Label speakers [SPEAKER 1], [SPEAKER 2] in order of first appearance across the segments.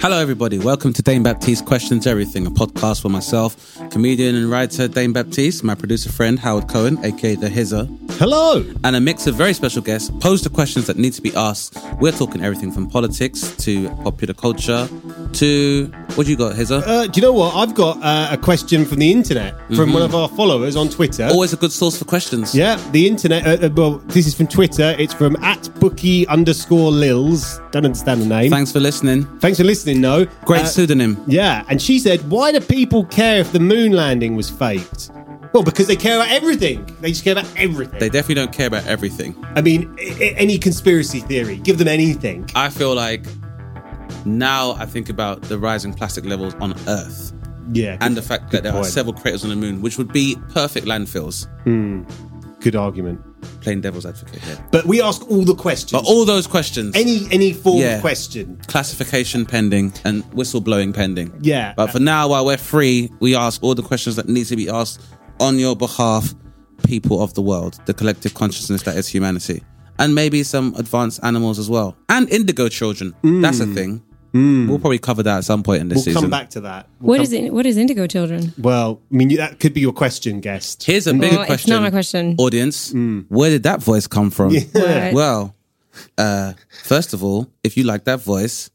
[SPEAKER 1] Hello, everybody. Welcome to Dame Baptiste Questions Everything, a podcast for myself, comedian and writer Dame Baptiste, my producer friend Howard Cohen, aka The Hizzer,
[SPEAKER 2] Hello.
[SPEAKER 1] and a mix of very special guests pose the questions that need to be asked. We're talking everything from politics to popular culture to what you got, Hizzer?
[SPEAKER 2] Uh, do you know what? I've got uh, a question from the internet from
[SPEAKER 1] Mm-hmm.
[SPEAKER 2] one of our followers on Twitter.
[SPEAKER 1] Always a good source for questions.
[SPEAKER 2] yeah, the internet. Uh, uh, well, this is from Twitter. It's from at bookie underscore lils. Don't understand the name.
[SPEAKER 1] Thanks for listening.
[SPEAKER 2] Thanks for listening, though.
[SPEAKER 1] Great
[SPEAKER 2] Uh,
[SPEAKER 1] pseudonym.
[SPEAKER 2] yeah, and she said, "Why do people care if the moon landing was faked?" Well, because they care about everything. They just care about everything.
[SPEAKER 1] They definitely don't care about everything.
[SPEAKER 2] I mean, I- I- any conspiracy theory, give them anything.
[SPEAKER 1] I feel like now I think about the rising plastic levels on Earth.
[SPEAKER 2] Yeah,
[SPEAKER 1] and
[SPEAKER 2] good-
[SPEAKER 1] the fact
[SPEAKER 2] good
[SPEAKER 1] that there are
[SPEAKER 2] point.
[SPEAKER 1] several craters on the moon, which would be perfect landfills.
[SPEAKER 2] good argument.
[SPEAKER 1] Playing devil's advocate here.
[SPEAKER 2] But we ask all the questions.
[SPEAKER 1] But all those questions,
[SPEAKER 2] any any form
[SPEAKER 1] Yeah.
[SPEAKER 2] of question.
[SPEAKER 1] classification pending and whistleblowing pending.
[SPEAKER 2] Yeah.
[SPEAKER 1] But for now, while we're free, we ask all the questions that need to be asked on your behalf, people of the world, the collective consciousness that is humanity, and maybe some advanced animals as well, and indigo children. That's a thing. We'll probably cover that at some point in this
[SPEAKER 2] Mm. We'll
[SPEAKER 1] season.
[SPEAKER 2] come back to that. We'll
[SPEAKER 3] What
[SPEAKER 2] come-
[SPEAKER 3] is it? What is Indigo Children?
[SPEAKER 2] Well, I mean, that could be your question, guest.
[SPEAKER 1] Here's a bigger
[SPEAKER 3] Well, it's
[SPEAKER 1] question.
[SPEAKER 3] not my question.
[SPEAKER 1] Audience,
[SPEAKER 2] Mm.
[SPEAKER 1] where did that voice come from?
[SPEAKER 3] Right.
[SPEAKER 1] Well, uh, first of all, if you like that voice,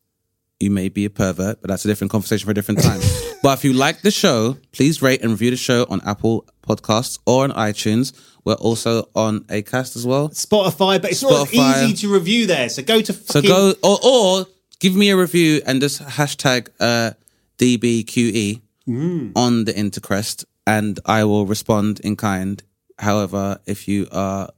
[SPEAKER 1] you may be a pervert, but that's a different conversation for a different time. but if you like the show, please rate and review the show on Apple Podcasts or on iTunes. We're also on Acast as well.
[SPEAKER 2] Spotify, but it's not
[SPEAKER 1] Spotify.
[SPEAKER 2] as easy to review there. So go to
[SPEAKER 1] So
[SPEAKER 2] fucking
[SPEAKER 1] go or, or give me a review and just hashtag uh, DBQE E on the Intercrest, and I will respond in kind. However, if you are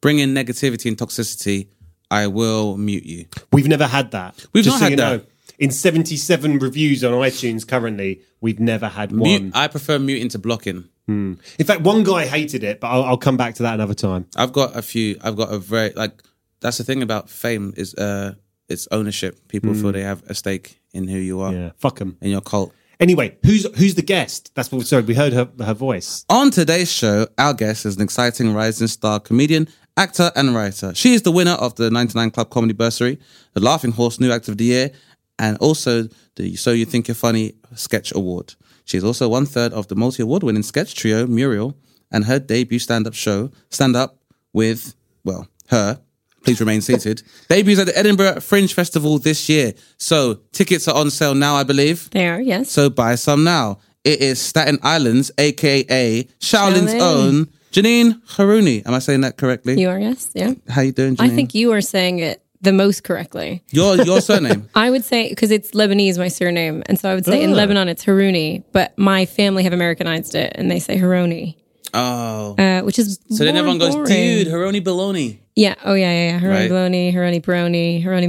[SPEAKER 1] bringing negativity and toxicity, I will mute you.
[SPEAKER 2] We've never had that.
[SPEAKER 1] We've
[SPEAKER 2] Just
[SPEAKER 1] not
[SPEAKER 2] so
[SPEAKER 1] had
[SPEAKER 2] you
[SPEAKER 1] that.
[SPEAKER 2] know, in 77 reviews on iTunes currently, we've never had one.
[SPEAKER 1] Mute, I prefer muting to blocking.
[SPEAKER 2] in fact, one guy hated it, but I'll, I'll come back to that another time.
[SPEAKER 1] I've got a few. I've got a very like. That's the thing about fame is uh, it's ownership. People feel they have a stake in who you are
[SPEAKER 2] Hmm. Yeah, fuck them.
[SPEAKER 1] in your cult.
[SPEAKER 2] Anyway, who's who's the guest? That's what. Sorry, we heard her her voice.
[SPEAKER 1] On today's show, our guest is an exciting rising star comedian, actor, and writer. She is the winner of the 99 Club Comedy Bursary, the Laughing Horse New Act of the Year, and also the So You Think You're Funny Sketch Award. She is also one third of the multi award winning sketch trio Muriel, and her debut stand up show, Stand Up with, well, her. Please remain seated. Debuts at the Edinburgh Fringe Festival this year. So tickets are on sale now, I believe.
[SPEAKER 3] They are, yes.
[SPEAKER 1] So buy some now. It is Staten Island's, aka Shaolin's
[SPEAKER 3] Shaolin.
[SPEAKER 1] own Janine Haruni. Am I saying that correctly?
[SPEAKER 3] you are, yes. Yeah.
[SPEAKER 1] How you doing, Janine?
[SPEAKER 3] I think you are saying it the most correctly.
[SPEAKER 1] your your surname.
[SPEAKER 3] I would say because it's Lebanese, my surname, and so I would say
[SPEAKER 1] Ah.
[SPEAKER 3] in Lebanon it's Haruni, but my family have Americanized it and they say Haroni,
[SPEAKER 1] Oh,
[SPEAKER 3] uh, which is
[SPEAKER 1] so then
[SPEAKER 3] more
[SPEAKER 1] everyone goes,
[SPEAKER 3] boring.
[SPEAKER 1] dude, Haroni baloney,
[SPEAKER 3] Yeah. Oh yeah, yeah, yeah. Haroni
[SPEAKER 1] Right.
[SPEAKER 3] baloney, Haroni brony, Haroni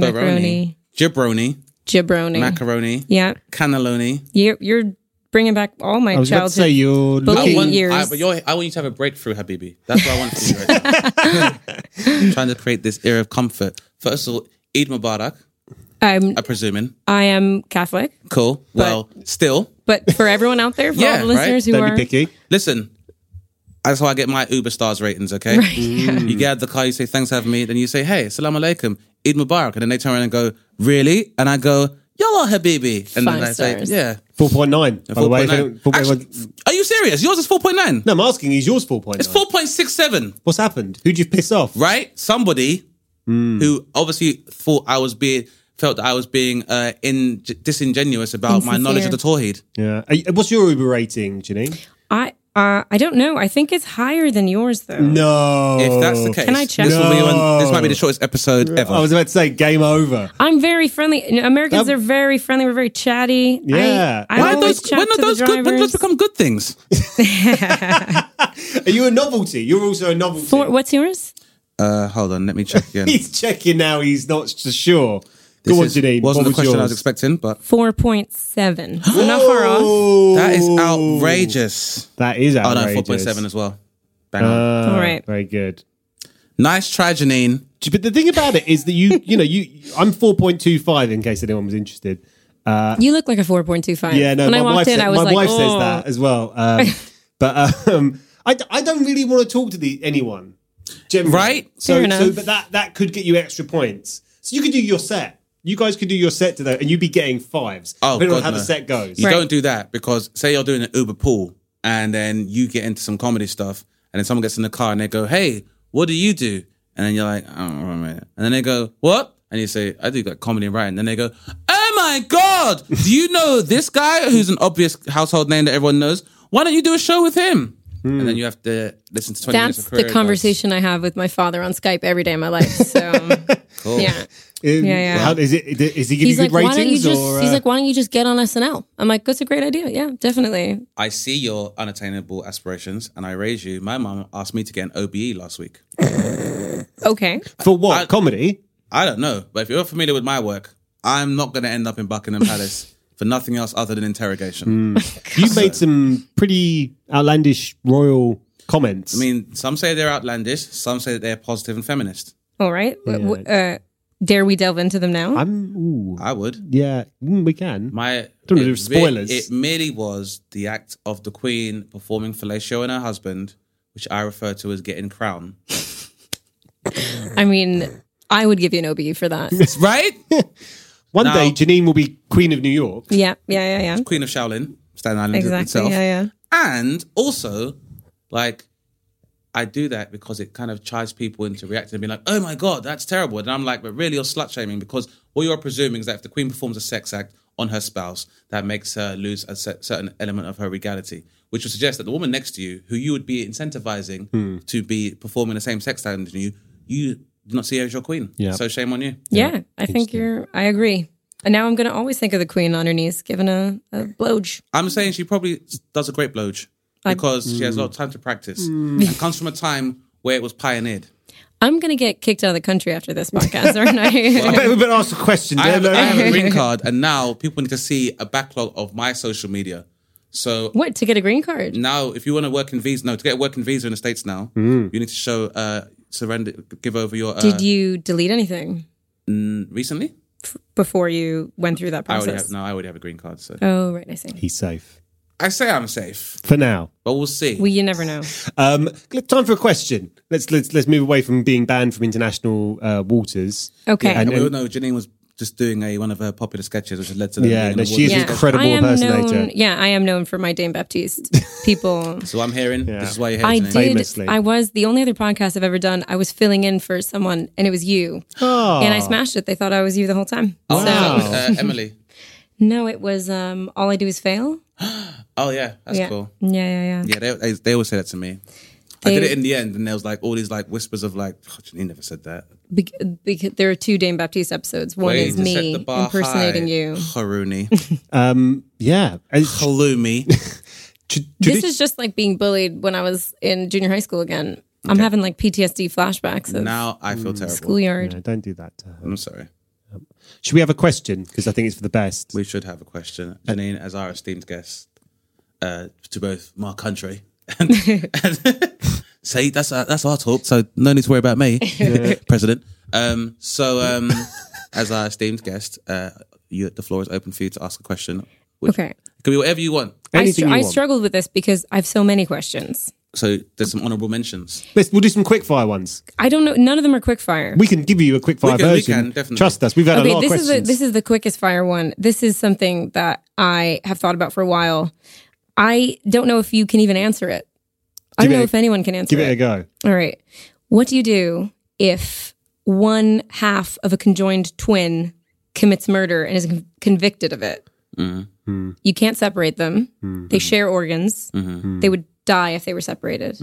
[SPEAKER 1] baroni,
[SPEAKER 3] macaroni,
[SPEAKER 1] gibroni,
[SPEAKER 3] gibroni.
[SPEAKER 1] macaroni,
[SPEAKER 3] yeah.
[SPEAKER 1] cannelloni.
[SPEAKER 3] You're you're bringing back all my
[SPEAKER 2] I was about to say
[SPEAKER 3] childhood.
[SPEAKER 2] you're
[SPEAKER 3] But-
[SPEAKER 1] I
[SPEAKER 3] Eight
[SPEAKER 2] looking.
[SPEAKER 1] want,
[SPEAKER 3] years.
[SPEAKER 1] I, but you're, I want you to have a breakthrough, Habibi. That's what I want for you right now. I'm trying to create this era of comfort. First of all, Eid Mubarak,
[SPEAKER 3] I'm
[SPEAKER 1] I'm presuming.
[SPEAKER 3] Um, I am Catholic,
[SPEAKER 1] Cool. Well, still.
[SPEAKER 3] but for everyone out there, for
[SPEAKER 1] Yeah,
[SPEAKER 3] all the listeners who
[SPEAKER 2] Don't
[SPEAKER 3] are
[SPEAKER 2] be picky.
[SPEAKER 1] Listen, that's how I get my Uber stars ratings, okay? Mm. You get out the car, you say, thanks for having me. Then you say, hey, salam alaikum, Eid Mubarak. And then they turn around and go, really? And I go, yalla habibi. And then
[SPEAKER 3] Five
[SPEAKER 1] I say,
[SPEAKER 3] stars.
[SPEAKER 1] yeah.
[SPEAKER 2] 4.9, by the way. if
[SPEAKER 1] 4.9.
[SPEAKER 2] anyone- 4.9.
[SPEAKER 1] Are you serious? Yours is 4.9.
[SPEAKER 2] no, I'm asking. Is yours 4.9?
[SPEAKER 1] It's 4.67,
[SPEAKER 2] What's happened? Who'd you piss off?
[SPEAKER 1] right? Somebody
[SPEAKER 2] Hmm.
[SPEAKER 1] who obviously thought I was being, felt that I was being uh, in, disingenuous about my knowledge of the
[SPEAKER 3] Insincere.
[SPEAKER 1] Tawheed.
[SPEAKER 2] Yeah. Are you- What's your Uber rating, Janine?
[SPEAKER 3] I Uh, I don't know. I think it's higher than yours, though.
[SPEAKER 2] No.
[SPEAKER 1] If that's the case,
[SPEAKER 3] Can I check?
[SPEAKER 1] This, will be
[SPEAKER 2] Oh. No.
[SPEAKER 1] this might be the shortest episode ever.
[SPEAKER 2] I was about to say game over.
[SPEAKER 3] I'm very friendly. You know, Americans
[SPEAKER 2] That-
[SPEAKER 3] are very friendly. We're very chatty.
[SPEAKER 2] Yeah.
[SPEAKER 3] I, I
[SPEAKER 1] Why are
[SPEAKER 3] always
[SPEAKER 1] those,
[SPEAKER 3] chat
[SPEAKER 1] when are
[SPEAKER 3] to
[SPEAKER 1] those
[SPEAKER 3] the
[SPEAKER 1] good, when do those
[SPEAKER 3] drivers.
[SPEAKER 1] become good things?
[SPEAKER 2] Are you a novelty? You're also a novelty.
[SPEAKER 3] Four, what's yours?
[SPEAKER 1] Uh, hold on, let me check again.
[SPEAKER 2] He's checking now. He's not so sure.
[SPEAKER 1] This
[SPEAKER 2] Go on,
[SPEAKER 1] is-
[SPEAKER 2] Janine.
[SPEAKER 1] Wasn't
[SPEAKER 2] what
[SPEAKER 1] the question
[SPEAKER 2] yours?
[SPEAKER 1] I was expecting, but
[SPEAKER 3] Four point seven. So not far off.
[SPEAKER 2] Oh,
[SPEAKER 1] that is outrageous.
[SPEAKER 2] That is
[SPEAKER 1] Oh
[SPEAKER 2] outrageous. Uh,
[SPEAKER 1] no, four point seven as well. Bang on.
[SPEAKER 2] Oh.
[SPEAKER 3] All right.
[SPEAKER 2] Very good.
[SPEAKER 1] Nice try, Janine.
[SPEAKER 2] But the thing about it is that you, you know, you, I'm 4.25 in case anyone was interested.
[SPEAKER 3] You look like a four point two five.
[SPEAKER 2] Yeah, no,
[SPEAKER 3] When
[SPEAKER 2] my
[SPEAKER 3] I
[SPEAKER 2] wife,
[SPEAKER 3] walked in,
[SPEAKER 2] said,
[SPEAKER 3] I was
[SPEAKER 2] my
[SPEAKER 3] like,
[SPEAKER 2] wife says
[SPEAKER 3] "Oh."
[SPEAKER 2] that as well. Um, but um, I, d- I don't really want to talk to the anyone, generally.
[SPEAKER 1] Right?
[SPEAKER 2] So,
[SPEAKER 3] Fair enough.
[SPEAKER 2] so but that that could get you extra points. So you could do your set. You guys could do your set today, and you'd be getting fives.
[SPEAKER 1] Oh,
[SPEAKER 2] depending on
[SPEAKER 1] God,
[SPEAKER 2] how
[SPEAKER 1] no.
[SPEAKER 2] the set goes.
[SPEAKER 1] You
[SPEAKER 3] Right.
[SPEAKER 1] don't do that because say you're doing an Uber pool and then you get into some comedy stuff and then someone gets in the car and they go, Hey, what do you do? And then you're like, I don't remember. And then they go, What? And you say, I do like comedy and writing. Then they go, Oh my God, do you know this guy who's an obvious household name that everyone knows? Why don't you do a show with him? And then you have to listen to 20 minutes
[SPEAKER 3] That's
[SPEAKER 1] of career
[SPEAKER 3] the
[SPEAKER 1] advice.
[SPEAKER 3] conversation I have with my father on Skype every day of my life. So, yeah.
[SPEAKER 2] Um,
[SPEAKER 3] yeah.
[SPEAKER 2] How, is it? Is he giving
[SPEAKER 3] He's
[SPEAKER 2] you
[SPEAKER 3] like,
[SPEAKER 2] good
[SPEAKER 3] why don't you
[SPEAKER 2] ratings?
[SPEAKER 3] just?
[SPEAKER 2] or,
[SPEAKER 3] he's
[SPEAKER 2] uh,
[SPEAKER 3] like, why don't you just get on SNL? I'm like, that's a great idea. Yeah, definitely.
[SPEAKER 1] I see your unattainable aspirations and I raise you. My mum asked me to get an OBE last week.
[SPEAKER 3] Okay.
[SPEAKER 2] for what comedy?
[SPEAKER 1] I don't know, but if you're familiar with my work, I'm not going to end up in Buckingham Palace for nothing else other than
[SPEAKER 2] Hmm.
[SPEAKER 1] interrogation.
[SPEAKER 2] You made some pretty outlandish royal comments.
[SPEAKER 1] I mean, some say they're outlandish, some say that they're positive and feminist.
[SPEAKER 3] All right. W- w- Uh, dare we delve into them now?
[SPEAKER 2] I'm. Ooh,
[SPEAKER 1] I would.
[SPEAKER 2] yeah, mm, we can.
[SPEAKER 1] My
[SPEAKER 2] Don't
[SPEAKER 1] it
[SPEAKER 2] do
[SPEAKER 1] mer-
[SPEAKER 2] spoilers.
[SPEAKER 1] It merely was the act of the Queen performing fellatio on her husband, which I refer to as getting crown.
[SPEAKER 3] I mean, I would give you an OBE for that.
[SPEAKER 1] right?
[SPEAKER 2] One
[SPEAKER 1] Now-
[SPEAKER 2] day, Janine will be Queen of New York.
[SPEAKER 3] yeah, yeah, yeah, yeah.
[SPEAKER 1] Queen of Shaolin, Staten Island
[SPEAKER 3] Exactly.
[SPEAKER 1] itself.
[SPEAKER 3] Yeah, yeah.
[SPEAKER 1] And also, like, I do that because it kind of chides people into reacting and being like, oh my God, that's terrible. And I'm like, but really, you're slut shaming because what you're presuming is that if the Queen performs a sex act on her spouse, that makes her lose a cer- certain element of her regality, which would suggest that the woman next to you, who you would be incentivizing to be performing the same sex act as you, you do not see her as your queen.
[SPEAKER 2] Yeah.
[SPEAKER 1] So shame on you.
[SPEAKER 3] Yeah, I think you're. I agree. And now I'm going to always think of the queen on her knees, giving a, a bloge.
[SPEAKER 1] I'm saying she probably does a great bloge because she has a lot of time to practice and comes from a time where it was pioneered.
[SPEAKER 3] I'm going to get kicked out of the country after this podcast, aren't I?
[SPEAKER 2] But we better ask a question.
[SPEAKER 1] I have,
[SPEAKER 2] don't
[SPEAKER 1] I
[SPEAKER 2] know.
[SPEAKER 1] have a green card, and now people need to see a backlog of my social media. So
[SPEAKER 3] what to get a green card?
[SPEAKER 1] now, if you want to work in visa, no, to get a working visa in the states now, you need to show uh, surrender, give over your. Uh,
[SPEAKER 3] Did you delete anything
[SPEAKER 1] recently?
[SPEAKER 3] before you went through that
[SPEAKER 1] I already
[SPEAKER 3] process?
[SPEAKER 1] have, no, I already have a green card. So
[SPEAKER 3] Oh, right. I see.
[SPEAKER 2] He's safe
[SPEAKER 1] I say I'm safe,
[SPEAKER 2] for now.
[SPEAKER 1] but we'll see.
[SPEAKER 3] Well, you never know.
[SPEAKER 2] Um, time for a question. Let's let's let's move away from being banned from international uh, waters.
[SPEAKER 3] Okay.
[SPEAKER 1] and
[SPEAKER 2] and-
[SPEAKER 1] we all know Janine was just doing a one of her popular sketches, which has led to them
[SPEAKER 2] Yeah,
[SPEAKER 1] being an
[SPEAKER 2] no,
[SPEAKER 1] award
[SPEAKER 2] she is
[SPEAKER 1] winner.
[SPEAKER 2] an incredible
[SPEAKER 3] I am
[SPEAKER 2] impersonator.
[SPEAKER 3] Known, yeah, I am known for my Dame Baptiste. People.
[SPEAKER 1] So I'm hearing this is why you're here.
[SPEAKER 3] I
[SPEAKER 1] Janine.
[SPEAKER 3] did.
[SPEAKER 2] Famously.
[SPEAKER 3] I was the only other podcast I've ever done. I was filling in for someone, and it was you. And I smashed it. They thought I was you the whole time.
[SPEAKER 1] Oh, that was,
[SPEAKER 3] So
[SPEAKER 1] uh, Emily.
[SPEAKER 3] no, it was um, all I do is fail.
[SPEAKER 1] Oh yeah, that's
[SPEAKER 3] yeah.
[SPEAKER 1] cool.
[SPEAKER 3] Yeah, yeah, yeah.
[SPEAKER 1] Yeah, they, they, they always say that to me. I did it in the end, and there was like all these like whispers of like, oh, Janine never said that.
[SPEAKER 3] Bec- bec- there are two Dame Baptiste episodes. One
[SPEAKER 1] Way
[SPEAKER 3] is
[SPEAKER 1] to set the
[SPEAKER 3] me
[SPEAKER 1] bar
[SPEAKER 3] impersonating
[SPEAKER 1] high,
[SPEAKER 3] you.
[SPEAKER 1] Haruni.
[SPEAKER 2] Yeah, As-
[SPEAKER 1] Halloumi.
[SPEAKER 2] J-
[SPEAKER 3] This
[SPEAKER 2] Judi-
[SPEAKER 3] is just like being bullied when I was in junior high school again. I'm having like PTSD flashbacks of
[SPEAKER 1] now I
[SPEAKER 3] Mm.
[SPEAKER 1] feel terrible.
[SPEAKER 3] schoolyard.
[SPEAKER 2] No, don't do that. To her.
[SPEAKER 1] I'm sorry.
[SPEAKER 2] Should we have a question? Because I think it's for the best.
[SPEAKER 1] We should have a question. Janine, as our esteemed guest, uh, to both my country. See, that's our, that's our talk, so no need to worry about me, President. Um, so, um, as our esteemed guest, uh, you, the floor is open for you to ask a question. Which,
[SPEAKER 3] Okay.
[SPEAKER 1] It could be whatever you want.
[SPEAKER 3] I,
[SPEAKER 2] Anything
[SPEAKER 3] str-
[SPEAKER 2] you
[SPEAKER 3] I
[SPEAKER 2] want.
[SPEAKER 3] struggled with this because I have so many questions.
[SPEAKER 1] So, there's some honorable mentions.
[SPEAKER 2] Let's, we'll do some quick fire ones.
[SPEAKER 3] I don't know. None of them are quick fire.
[SPEAKER 2] We can give you a quick fire
[SPEAKER 1] We can- we
[SPEAKER 2] version.
[SPEAKER 1] can, definitely.
[SPEAKER 2] Trust us. We've had a
[SPEAKER 3] okay,
[SPEAKER 2] lot
[SPEAKER 3] this
[SPEAKER 2] of
[SPEAKER 3] is the,
[SPEAKER 2] questions.
[SPEAKER 3] this is the quickest fire one. This is something that I have thought about for a while. I don't know if you can even answer it. I
[SPEAKER 2] Give
[SPEAKER 3] don't
[SPEAKER 2] it
[SPEAKER 3] know
[SPEAKER 2] a-
[SPEAKER 3] if anyone can answer
[SPEAKER 2] Give it a go.
[SPEAKER 3] All right. What do you do if one half of a conjoined twin commits murder and is con-
[SPEAKER 2] Hmm.
[SPEAKER 3] convicted of it? You can't separate them. They share organs. They would die if they were separated.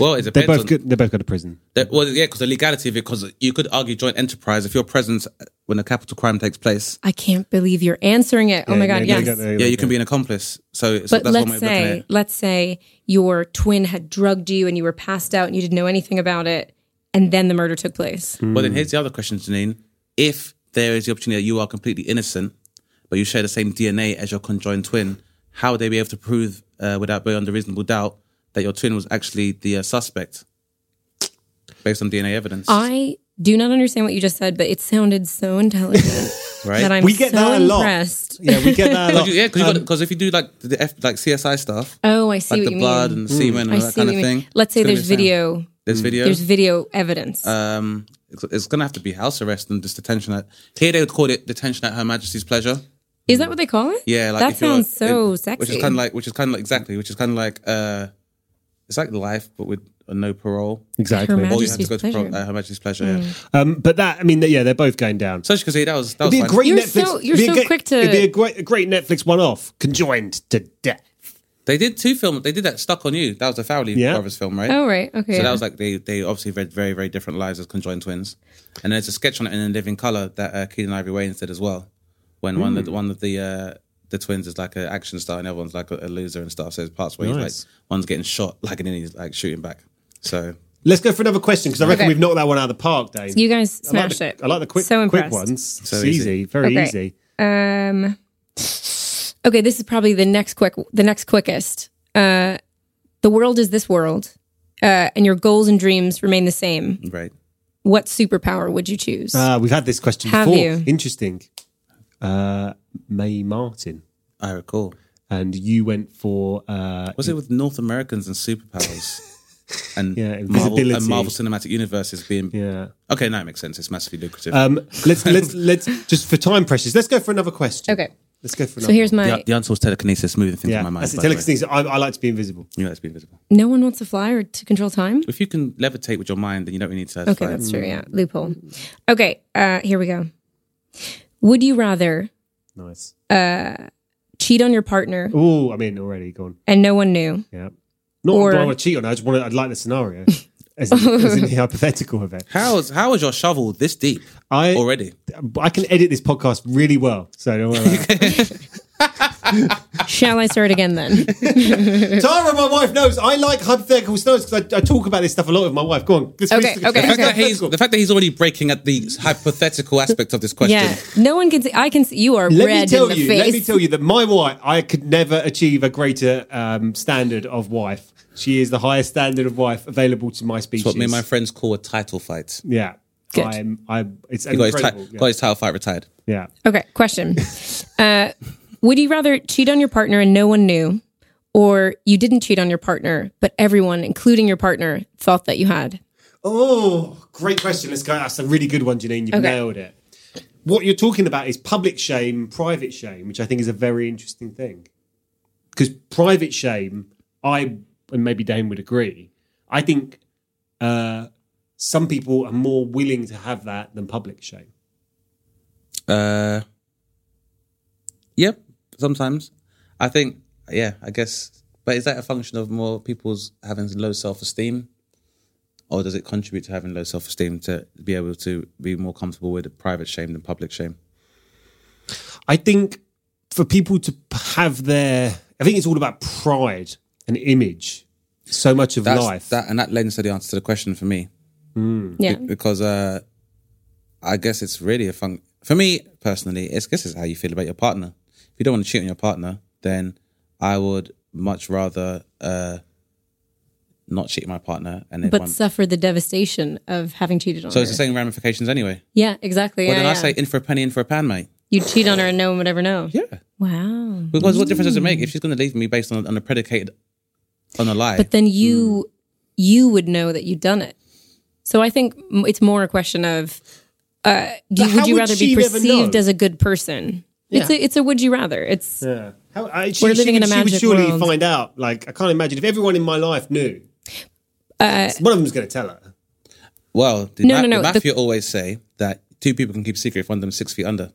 [SPEAKER 1] Well, it
[SPEAKER 2] They
[SPEAKER 1] depends.
[SPEAKER 2] both
[SPEAKER 1] on,
[SPEAKER 2] go, they both go to prison.
[SPEAKER 1] that- well, yeah, because the legality of it, because you could argue joint enterprise if you're present when a capital crime takes place.
[SPEAKER 3] I can't believe you're answering it. oh my god, yes.
[SPEAKER 1] Yeah, you can be an accomplice. So, so that's
[SPEAKER 3] but
[SPEAKER 1] one way of
[SPEAKER 3] let's
[SPEAKER 1] looking at
[SPEAKER 3] say
[SPEAKER 1] it.
[SPEAKER 3] let's say your twin had drugged you and you were passed out and you didn't know anything about it and then the murder took place.
[SPEAKER 1] Well, then here's the other question, Janine. If there is the opportunity that you are completely innocent, but you share the same DNA as your conjoined twin, how would they be able to prove, uh, without beyond a reasonable doubt, that your twin was actually the uh, suspect based on DNA evidence?
[SPEAKER 3] I do not understand what you just said, but it sounded so intelligent
[SPEAKER 1] Right.
[SPEAKER 3] that I'm
[SPEAKER 2] We get
[SPEAKER 3] so
[SPEAKER 2] that a lot.
[SPEAKER 3] impressed.
[SPEAKER 2] Yeah, we get that a
[SPEAKER 1] Cause
[SPEAKER 2] lot.
[SPEAKER 1] you, yeah, because if you do like the F, like CSI stuff,
[SPEAKER 3] Oh, I see
[SPEAKER 1] like
[SPEAKER 3] what
[SPEAKER 1] the
[SPEAKER 3] you
[SPEAKER 1] blood
[SPEAKER 3] mean.
[SPEAKER 1] and
[SPEAKER 2] Mm.
[SPEAKER 1] semen and
[SPEAKER 3] I
[SPEAKER 1] all that
[SPEAKER 3] see what
[SPEAKER 1] kind of
[SPEAKER 3] you mean.
[SPEAKER 1] thing.
[SPEAKER 3] Let's say
[SPEAKER 1] it's gonna be the
[SPEAKER 3] there's
[SPEAKER 1] same.
[SPEAKER 3] video.
[SPEAKER 1] There's video.
[SPEAKER 3] There's video evidence.
[SPEAKER 1] um, it's, it's gonna have to be house arrest and just detention at. Here they would call it detention at Her Majesty's pleasure.
[SPEAKER 3] is that what they call it?
[SPEAKER 1] Yeah, like
[SPEAKER 3] that
[SPEAKER 1] if you're-
[SPEAKER 3] sounds so
[SPEAKER 1] it-
[SPEAKER 3] sexy.
[SPEAKER 1] Which is kind of like, which is kind of like, exactly, which is kind of like, uh, it's like life but with a no parole.
[SPEAKER 2] Exactly.
[SPEAKER 3] Her
[SPEAKER 1] Or you have to
[SPEAKER 3] Majesty's
[SPEAKER 1] go to pro-
[SPEAKER 3] pleasure. Hmm.
[SPEAKER 1] uh, Her Majesty's pleasure. Yeah.
[SPEAKER 2] Um, but that, I mean, yeah, they're both going down.
[SPEAKER 1] So she could say that was that
[SPEAKER 2] It'd
[SPEAKER 1] was
[SPEAKER 2] be a
[SPEAKER 1] fine.
[SPEAKER 2] great
[SPEAKER 3] You're
[SPEAKER 2] Netflix.
[SPEAKER 3] so- you're
[SPEAKER 2] it'd be a
[SPEAKER 3] so
[SPEAKER 2] ge-
[SPEAKER 3] quick to-
[SPEAKER 2] It'd be a great, a great Netflix one-off, conjoined to death.
[SPEAKER 1] They did two films. They did that Stuck on You. That was the Farrelly
[SPEAKER 2] Yeah.
[SPEAKER 1] brothers film, right?
[SPEAKER 3] oh right, okay.
[SPEAKER 1] So that was like they they obviously read very very different lives as conjoined twins, and there's a sketch on it in *In Living Color that uh, Keegan Ivory Wayans did as well, when one
[SPEAKER 2] Mm.
[SPEAKER 1] of the, one of the uh, the twins is like an action star and everyone's like a, a loser and stuff. So there's parts where he's
[SPEAKER 2] Nice.
[SPEAKER 1] like one's getting shot like and then he's like shooting back. So
[SPEAKER 2] Let's go for another question because I reckon we've knocked that one out of the park, Dave.
[SPEAKER 3] you guys
[SPEAKER 2] I like
[SPEAKER 3] smashed
[SPEAKER 2] the,
[SPEAKER 3] it.
[SPEAKER 2] I like the quick,
[SPEAKER 3] so
[SPEAKER 2] quick
[SPEAKER 3] impressed.
[SPEAKER 2] ones.
[SPEAKER 1] So
[SPEAKER 2] it's
[SPEAKER 1] easy.
[SPEAKER 2] easy, very
[SPEAKER 3] Okay.
[SPEAKER 2] easy.
[SPEAKER 3] Um, okay, this is probably the next quick, the next quickest. Uh, the world is this world, uh, and your goals and dreams remain the same.
[SPEAKER 1] right,
[SPEAKER 3] What superpower would you choose?
[SPEAKER 2] Uh, we've had this question
[SPEAKER 3] Have
[SPEAKER 2] before.
[SPEAKER 3] you?
[SPEAKER 2] Interesting. Uh, May Martin,
[SPEAKER 1] I recall.
[SPEAKER 2] and you went for uh,
[SPEAKER 1] Was it with North Americans and superpowers? And,
[SPEAKER 2] Yeah,
[SPEAKER 1] Marvel, and
[SPEAKER 2] invisibility.
[SPEAKER 1] Marvel Cinematic Universes being
[SPEAKER 2] yeah.
[SPEAKER 1] okay, no, it makes sense. It's massively lucrative.
[SPEAKER 2] Um, let's let's let's just for time pressures. Let's go for another question.
[SPEAKER 3] okay,
[SPEAKER 2] Let's go for another.
[SPEAKER 3] so here's my.
[SPEAKER 1] the, the answer was telekinesis, moving things
[SPEAKER 2] yeah.
[SPEAKER 1] in my mind.
[SPEAKER 2] That's it,
[SPEAKER 1] by the way.
[SPEAKER 2] telekinesis. I, I like to be invisible.
[SPEAKER 1] You know, it's being visible.
[SPEAKER 3] no one wants to fly or to control time.
[SPEAKER 1] If you can levitate with your mind, then you don't really need to.
[SPEAKER 3] Okay, that's true. Yeah, loophole. Okay, uh, here we go. Would you rather
[SPEAKER 2] Nice.
[SPEAKER 3] Uh, cheat on your partner
[SPEAKER 2] Oh, I mean, already gone.
[SPEAKER 3] and no one knew,
[SPEAKER 2] Yeah. Not
[SPEAKER 3] Or-
[SPEAKER 2] that I want to cheat on. her, I just want. To, I'd like the scenario. As in, as in the hypothetical of it,
[SPEAKER 1] How is how is your shovel this deep
[SPEAKER 2] I
[SPEAKER 1] already?
[SPEAKER 2] I can edit this podcast really well, so don't worry. About it.
[SPEAKER 3] shall I start again then?
[SPEAKER 2] Tara, my wife knows I like hypothetical scenarios because I, I talk about this stuff a lot with my wife. Go on. Let's
[SPEAKER 3] Okay,
[SPEAKER 2] finish the-
[SPEAKER 3] okay,
[SPEAKER 1] The fact,
[SPEAKER 3] okay.
[SPEAKER 1] that he's, the fact that he's already breaking at the hypothetical aspect of this question.
[SPEAKER 3] yeah, no one can see. I can see. You are
[SPEAKER 2] Let
[SPEAKER 3] red
[SPEAKER 2] me tell
[SPEAKER 3] in the
[SPEAKER 2] you.
[SPEAKER 3] face.
[SPEAKER 2] Let me tell you that my wife, I could never achieve a greater um, standard of wife. She is the highest standard of wife available to my species.
[SPEAKER 1] It's what me and my friends call a title fight.
[SPEAKER 2] yeah.
[SPEAKER 3] Good.
[SPEAKER 2] I'm, I'm, it's
[SPEAKER 1] He got his, ti-
[SPEAKER 2] incredible.
[SPEAKER 1] got his title fight retired.
[SPEAKER 2] yeah.
[SPEAKER 3] Okay, question. Uh, would you rather cheat on your partner and no one knew, or you didn't cheat on your partner, but everyone, including your partner, thought that you had?
[SPEAKER 2] Oh, great question. Let's go. That's a really good one, Janine. You've
[SPEAKER 3] Okay.
[SPEAKER 2] nailed it. What you're talking about is public shame, private shame, which I think is a very interesting thing. Because private shame, I, and maybe Dane would agree, I think uh, some people are more willing to have that than public shame.
[SPEAKER 1] Uh, yep, sometimes. I think, yeah, I guess. But is that a function of more people's having low self esteem? Or does it contribute to having low self esteem to be able to be more comfortable with private shame than public shame?
[SPEAKER 2] I think for people to p- have their, I think it's all about pride and image. So much of
[SPEAKER 1] That's,
[SPEAKER 2] life.
[SPEAKER 1] That, and that lends to the answer to the question for me. Hmm.
[SPEAKER 3] Yeah.
[SPEAKER 1] because uh, I guess it's really a fun for me personally. It's this is how you feel about your partner. If you don't want to cheat on your partner, then I would much rather uh, not cheat on my partner. And if
[SPEAKER 3] But
[SPEAKER 1] I'm-
[SPEAKER 3] suffer the devastation of having cheated on
[SPEAKER 1] so
[SPEAKER 3] her.
[SPEAKER 1] it's the same ramifications anyway.
[SPEAKER 3] yeah, exactly.
[SPEAKER 1] Well,
[SPEAKER 3] yeah,
[SPEAKER 1] then I say
[SPEAKER 3] yeah.
[SPEAKER 1] in for a penny, in for a pound, mate.
[SPEAKER 3] You'd cheat on her and no one would ever know.
[SPEAKER 1] Yeah,
[SPEAKER 3] Wow.
[SPEAKER 1] because what difference does it make if she's going to leave me based on, on a predicated on a lie?
[SPEAKER 3] But then
[SPEAKER 1] Hmm.
[SPEAKER 3] you you would know that you'd done it. So I think m- it's more a question of uh, do
[SPEAKER 2] But
[SPEAKER 3] you, would
[SPEAKER 2] how
[SPEAKER 3] you
[SPEAKER 2] would
[SPEAKER 3] rather
[SPEAKER 2] she
[SPEAKER 3] be
[SPEAKER 2] never
[SPEAKER 3] perceived
[SPEAKER 2] know?
[SPEAKER 3] as a good person? It's a it's a would you rather. It's
[SPEAKER 2] Yeah. How, I, she,
[SPEAKER 3] We're living
[SPEAKER 2] she,
[SPEAKER 3] in a
[SPEAKER 2] would-
[SPEAKER 3] magic
[SPEAKER 2] she would surely
[SPEAKER 3] world.
[SPEAKER 2] find out. Like, I can't imagine if everyone in my life knew.
[SPEAKER 3] Uh,
[SPEAKER 2] one of them's going to tell her.
[SPEAKER 1] well, the
[SPEAKER 3] No,
[SPEAKER 1] ma-
[SPEAKER 3] no, no,
[SPEAKER 1] the
[SPEAKER 3] the-
[SPEAKER 1] mafia always say that two people can keep secret if one of them's six feet under.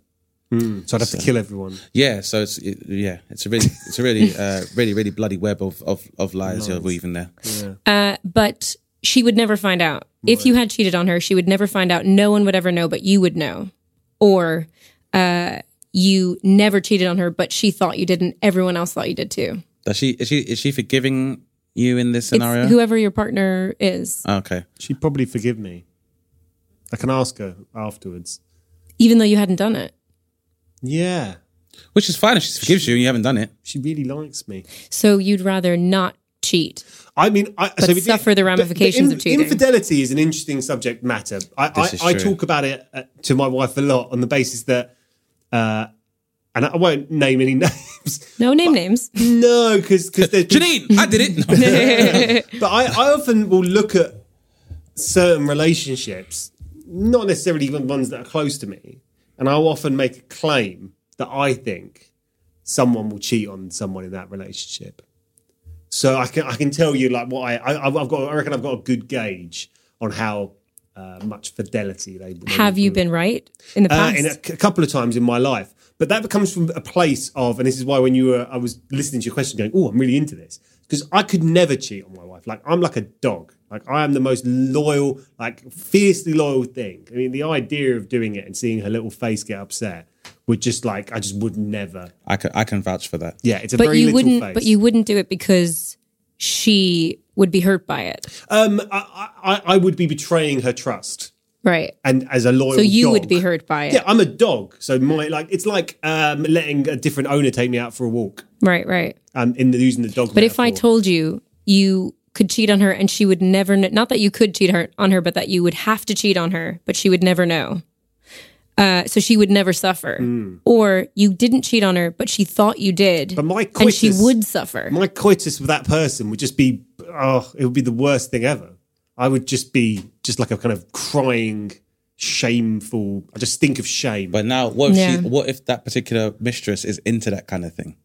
[SPEAKER 2] So I'd have to kill everyone.
[SPEAKER 1] Yeah, so it's it, yeah, it's a really, it's a really, uh, really, really bloody web of of, of lies you're weaving there.
[SPEAKER 3] Uh, but she would never find out. If you had cheated on her, she would never find out. No one would ever know, but you would know. Or uh, you never cheated on her, but she thought you did, and everyone else thought you did too.
[SPEAKER 1] Does she is she is she forgiving you in this scenario? Ah,
[SPEAKER 3] It's whoever your partner is,
[SPEAKER 1] okay,
[SPEAKER 2] She'd probably forgive me. I can ask her afterwards.
[SPEAKER 3] even though you hadn't done it.
[SPEAKER 2] Yeah,
[SPEAKER 1] which is fine if she forgives you and you haven't done it.
[SPEAKER 2] she really likes me.
[SPEAKER 3] So you'd rather not cheat.
[SPEAKER 2] I mean, I,
[SPEAKER 3] But
[SPEAKER 2] so we
[SPEAKER 3] suffer the ramifications of cheating.
[SPEAKER 2] Infidelity is an interesting subject matter. I,
[SPEAKER 1] This is
[SPEAKER 2] I, I
[SPEAKER 1] true.
[SPEAKER 2] talk about it uh, to my wife a lot on the basis that, uh, and I won't name any names.
[SPEAKER 3] No name names.
[SPEAKER 2] no, because there's been-
[SPEAKER 1] Janine, I did it. No.
[SPEAKER 2] but I, I often will look at certain relationships, not necessarily even ones that are close to me, and I'll often make a claim that I think someone will cheat on someone in that relationship. So I can I can tell you like what I, I I've got I reckon I've got a good gauge on how uh, much fidelity they they
[SPEAKER 3] Have you been right in the
[SPEAKER 2] uh,
[SPEAKER 3] past?
[SPEAKER 2] in a, c- couple of times in my life. But that comes from a place of, and this is why when you were, I was listening to your question, going, "Oh, I'm really into this," because I could never cheat on my wife. Like I'm like a dog. Like I am the most loyal, like fiercely loyal thing. I mean, the idea of doing it and seeing her little face get upset would just like I just would never.
[SPEAKER 1] I can I can vouch for that.
[SPEAKER 2] Yeah, it's a
[SPEAKER 3] but
[SPEAKER 2] very
[SPEAKER 3] you
[SPEAKER 2] little
[SPEAKER 3] wouldn't.
[SPEAKER 2] face.
[SPEAKER 3] But you wouldn't do it because she would be hurt by it,
[SPEAKER 2] um, I, I I would be betraying her trust,
[SPEAKER 3] right?
[SPEAKER 2] and as a loyal,
[SPEAKER 3] So you would
[SPEAKER 2] Oh, dog-
[SPEAKER 3] be hurt by it,
[SPEAKER 2] Yeah, I'm a dog, so my like it's like um letting a different owner take me out for a walk.
[SPEAKER 3] right? Right.
[SPEAKER 2] um, in the using the dog.
[SPEAKER 3] But if I told you you could cheat on her and she would never know, not that you could cheat her, on her, but that you would have to cheat on her, but she would never know. Uh, so she would never suffer. Or you didn't cheat on her, but she thought you did.
[SPEAKER 2] Hmm. But my
[SPEAKER 3] and she
[SPEAKER 2] coitus-
[SPEAKER 3] would suffer.
[SPEAKER 2] my coitus with that person would just be, oh, it would be the worst thing ever. I would just be just like a kind of crying, shameful. I just think of shame. But,
[SPEAKER 1] But now, what if
[SPEAKER 3] Yeah.
[SPEAKER 1] she, what if that particular mistress is into that kind of thing?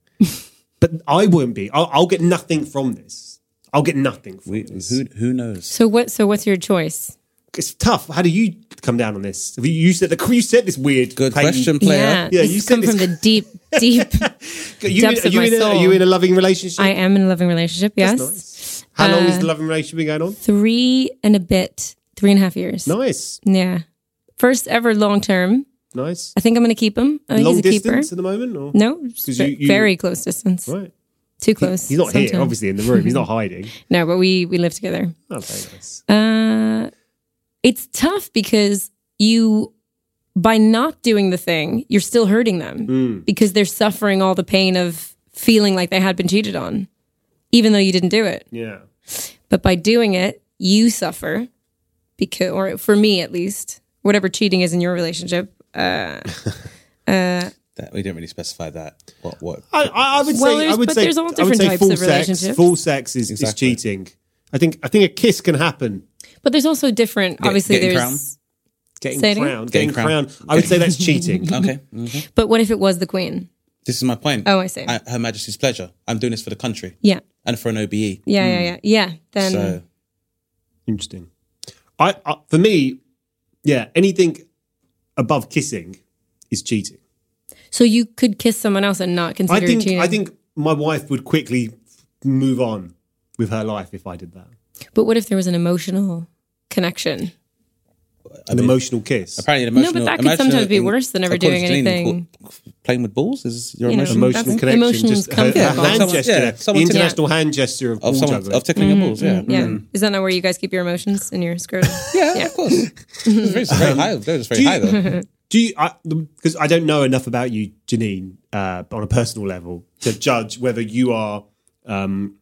[SPEAKER 2] I won't be. I'll, I'll get nothing from this. I'll get nothing from
[SPEAKER 1] We,
[SPEAKER 2] this.
[SPEAKER 1] who who knows?
[SPEAKER 3] so what? So what's your choice?
[SPEAKER 2] It's tough. How do you come down on this? Have you, you said the, you said this weird.
[SPEAKER 1] Good
[SPEAKER 2] pain-
[SPEAKER 1] question, player.
[SPEAKER 3] Yeah,
[SPEAKER 2] Yeah,
[SPEAKER 3] this
[SPEAKER 2] you
[SPEAKER 3] has
[SPEAKER 2] said
[SPEAKER 3] come
[SPEAKER 2] this-
[SPEAKER 3] from the deep, deep.
[SPEAKER 2] Are you,
[SPEAKER 3] Depths
[SPEAKER 2] are,
[SPEAKER 3] of
[SPEAKER 2] you
[SPEAKER 3] my
[SPEAKER 2] in a, are
[SPEAKER 3] soul.
[SPEAKER 2] you in a loving relationship?
[SPEAKER 3] I uh, am in a loving relationship. Yes,
[SPEAKER 2] That's nice. How long has the loving relationship been going on?
[SPEAKER 3] three and a bit, three and a half years.
[SPEAKER 2] Nice,
[SPEAKER 3] Yeah, first ever long term.
[SPEAKER 2] nice.
[SPEAKER 3] I think I'm going to keep him. I think
[SPEAKER 2] Long
[SPEAKER 3] he's a keeper.
[SPEAKER 2] distance at the moment, or
[SPEAKER 3] No, just
[SPEAKER 2] 'Cause
[SPEAKER 3] ve-
[SPEAKER 2] you- you-
[SPEAKER 3] very close distance.
[SPEAKER 2] right?
[SPEAKER 3] Too close.
[SPEAKER 2] He's not here,
[SPEAKER 3] sometimes.
[SPEAKER 2] obviously, in the room. He's not hiding.
[SPEAKER 3] No, but we we live together.
[SPEAKER 2] Oh, very nice.
[SPEAKER 3] Uh, it's tough because you, by not doing the thing, you're still hurting them
[SPEAKER 2] Hmm.
[SPEAKER 3] because they're suffering all the pain of feeling like they had been cheated on, even though you didn't do it.
[SPEAKER 2] Yeah.
[SPEAKER 3] But by doing it, you suffer because, or for me at least, whatever cheating is in your relationship. Uh,
[SPEAKER 1] That we didn't really specify that. What what?
[SPEAKER 2] I, I I would
[SPEAKER 3] Well,
[SPEAKER 2] say I
[SPEAKER 3] there's-
[SPEAKER 2] would
[SPEAKER 3] but
[SPEAKER 2] say
[SPEAKER 3] there's all
[SPEAKER 2] I would
[SPEAKER 3] different
[SPEAKER 2] say
[SPEAKER 3] types
[SPEAKER 2] full
[SPEAKER 3] of
[SPEAKER 2] Sex,
[SPEAKER 3] relationships.
[SPEAKER 2] full sex is, is
[SPEAKER 1] Exactly.
[SPEAKER 2] cheating. I think I think a kiss can happen.
[SPEAKER 3] but there's also different. obviously,
[SPEAKER 1] getting
[SPEAKER 3] there's.
[SPEAKER 2] Getting
[SPEAKER 3] Say it again.
[SPEAKER 2] crowned, getting,
[SPEAKER 1] Getting
[SPEAKER 2] crowned. I would say that's cheating.
[SPEAKER 1] okay, mhm.
[SPEAKER 3] But what if it was the queen?
[SPEAKER 1] this is my point.
[SPEAKER 3] Oh, I see.
[SPEAKER 1] At Her Majesty's pleasure. I'm doing this for the country
[SPEAKER 3] yeah,
[SPEAKER 1] and for an OBE.
[SPEAKER 3] yeah, yeah, yeah, yeah. Then
[SPEAKER 1] Hmm. so
[SPEAKER 2] Interesting. I, I for me, yeah, anything above kissing is cheating.
[SPEAKER 3] So you could kiss someone else and not
[SPEAKER 2] I
[SPEAKER 3] consider it
[SPEAKER 2] think
[SPEAKER 3] cheating.
[SPEAKER 2] I think my wife would quickly move on with her life if I did that.
[SPEAKER 3] But what if there was an emotional connection?
[SPEAKER 2] An emotional kiss.
[SPEAKER 1] apparently, an emotional.
[SPEAKER 3] no, but that could
[SPEAKER 1] emotional
[SPEAKER 3] sometimes be
[SPEAKER 1] in-
[SPEAKER 3] worse than ever
[SPEAKER 1] according
[SPEAKER 3] doing
[SPEAKER 1] to Janine,
[SPEAKER 3] anything.
[SPEAKER 1] called- Playing with balls is your
[SPEAKER 3] You know,
[SPEAKER 1] emotional
[SPEAKER 3] that's-
[SPEAKER 2] Emotional connection,
[SPEAKER 3] emotions
[SPEAKER 2] just her,
[SPEAKER 3] come
[SPEAKER 2] her
[SPEAKER 3] from- Yeah,
[SPEAKER 2] hand
[SPEAKER 1] someone-
[SPEAKER 2] gesture,
[SPEAKER 1] yeah,
[SPEAKER 2] the
[SPEAKER 1] someone-
[SPEAKER 2] international hand gesture of,
[SPEAKER 1] of
[SPEAKER 2] ball
[SPEAKER 1] someone
[SPEAKER 2] juggling.
[SPEAKER 1] of tickling
[SPEAKER 3] Mm-hmm.
[SPEAKER 1] your balls. Yeah,
[SPEAKER 3] Yeah, is that not where you guys keep your emotions in your skirt?
[SPEAKER 1] yeah, of course. It's very, it's very high. They're just very
[SPEAKER 2] do you-
[SPEAKER 1] high though.
[SPEAKER 2] Do you? Because I, don't know enough about you, Janine, uh, on a personal level to judge whether you are um,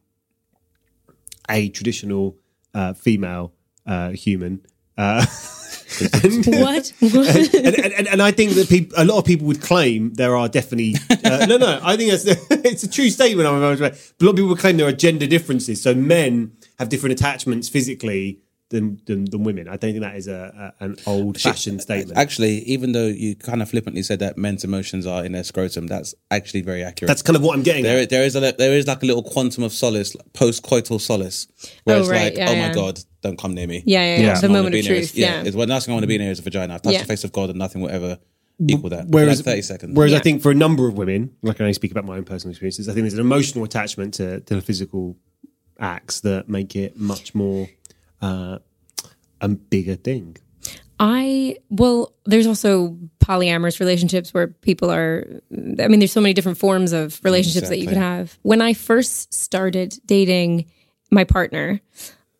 [SPEAKER 2] a traditional uh, female uh, human. Uh,
[SPEAKER 3] what? What?
[SPEAKER 2] and, and, and, and I think that peop a lot of people would claim there are definitely uh, no no I think that's it's a true statement I'm about to make. But a lot of people would claim there are gender differences so men have different attachments physically than than, than women I don't think that is a, a an old fashioned statement
[SPEAKER 1] Actually, even though you kind of flippantly said that men's emotions are in their scrotum, that's actually very accurate.
[SPEAKER 2] that's kind of what I'm getting at.
[SPEAKER 1] there, there is a, there is like a little quantum of solace, like post-coital solace, where
[SPEAKER 3] Oh,
[SPEAKER 1] it's
[SPEAKER 3] right,
[SPEAKER 1] like,
[SPEAKER 3] yeah,
[SPEAKER 1] oh
[SPEAKER 3] yeah.
[SPEAKER 1] my god, don't come near me.
[SPEAKER 3] Yeah, yeah, yeah.
[SPEAKER 2] Yeah.
[SPEAKER 3] The
[SPEAKER 1] I wanna
[SPEAKER 3] moment
[SPEAKER 1] be
[SPEAKER 3] of
[SPEAKER 1] near is-
[SPEAKER 3] truth. Yeah.
[SPEAKER 1] it's- well, the last thing I want to be near is a vagina. I've touched
[SPEAKER 3] Yeah.
[SPEAKER 1] the face of God and nothing will ever equal that.
[SPEAKER 2] Whereas,
[SPEAKER 1] like 30 seconds.
[SPEAKER 2] Whereas I think for a number of women, like I can only speak about my own personal experiences, I think there's an emotional attachment to, to the physical acts that make it much more uh, a bigger thing.
[SPEAKER 3] I well, there's also polyamorous relationships where people are. I mean, there's so many different forms of relationships that you could have. When I first started dating my partner,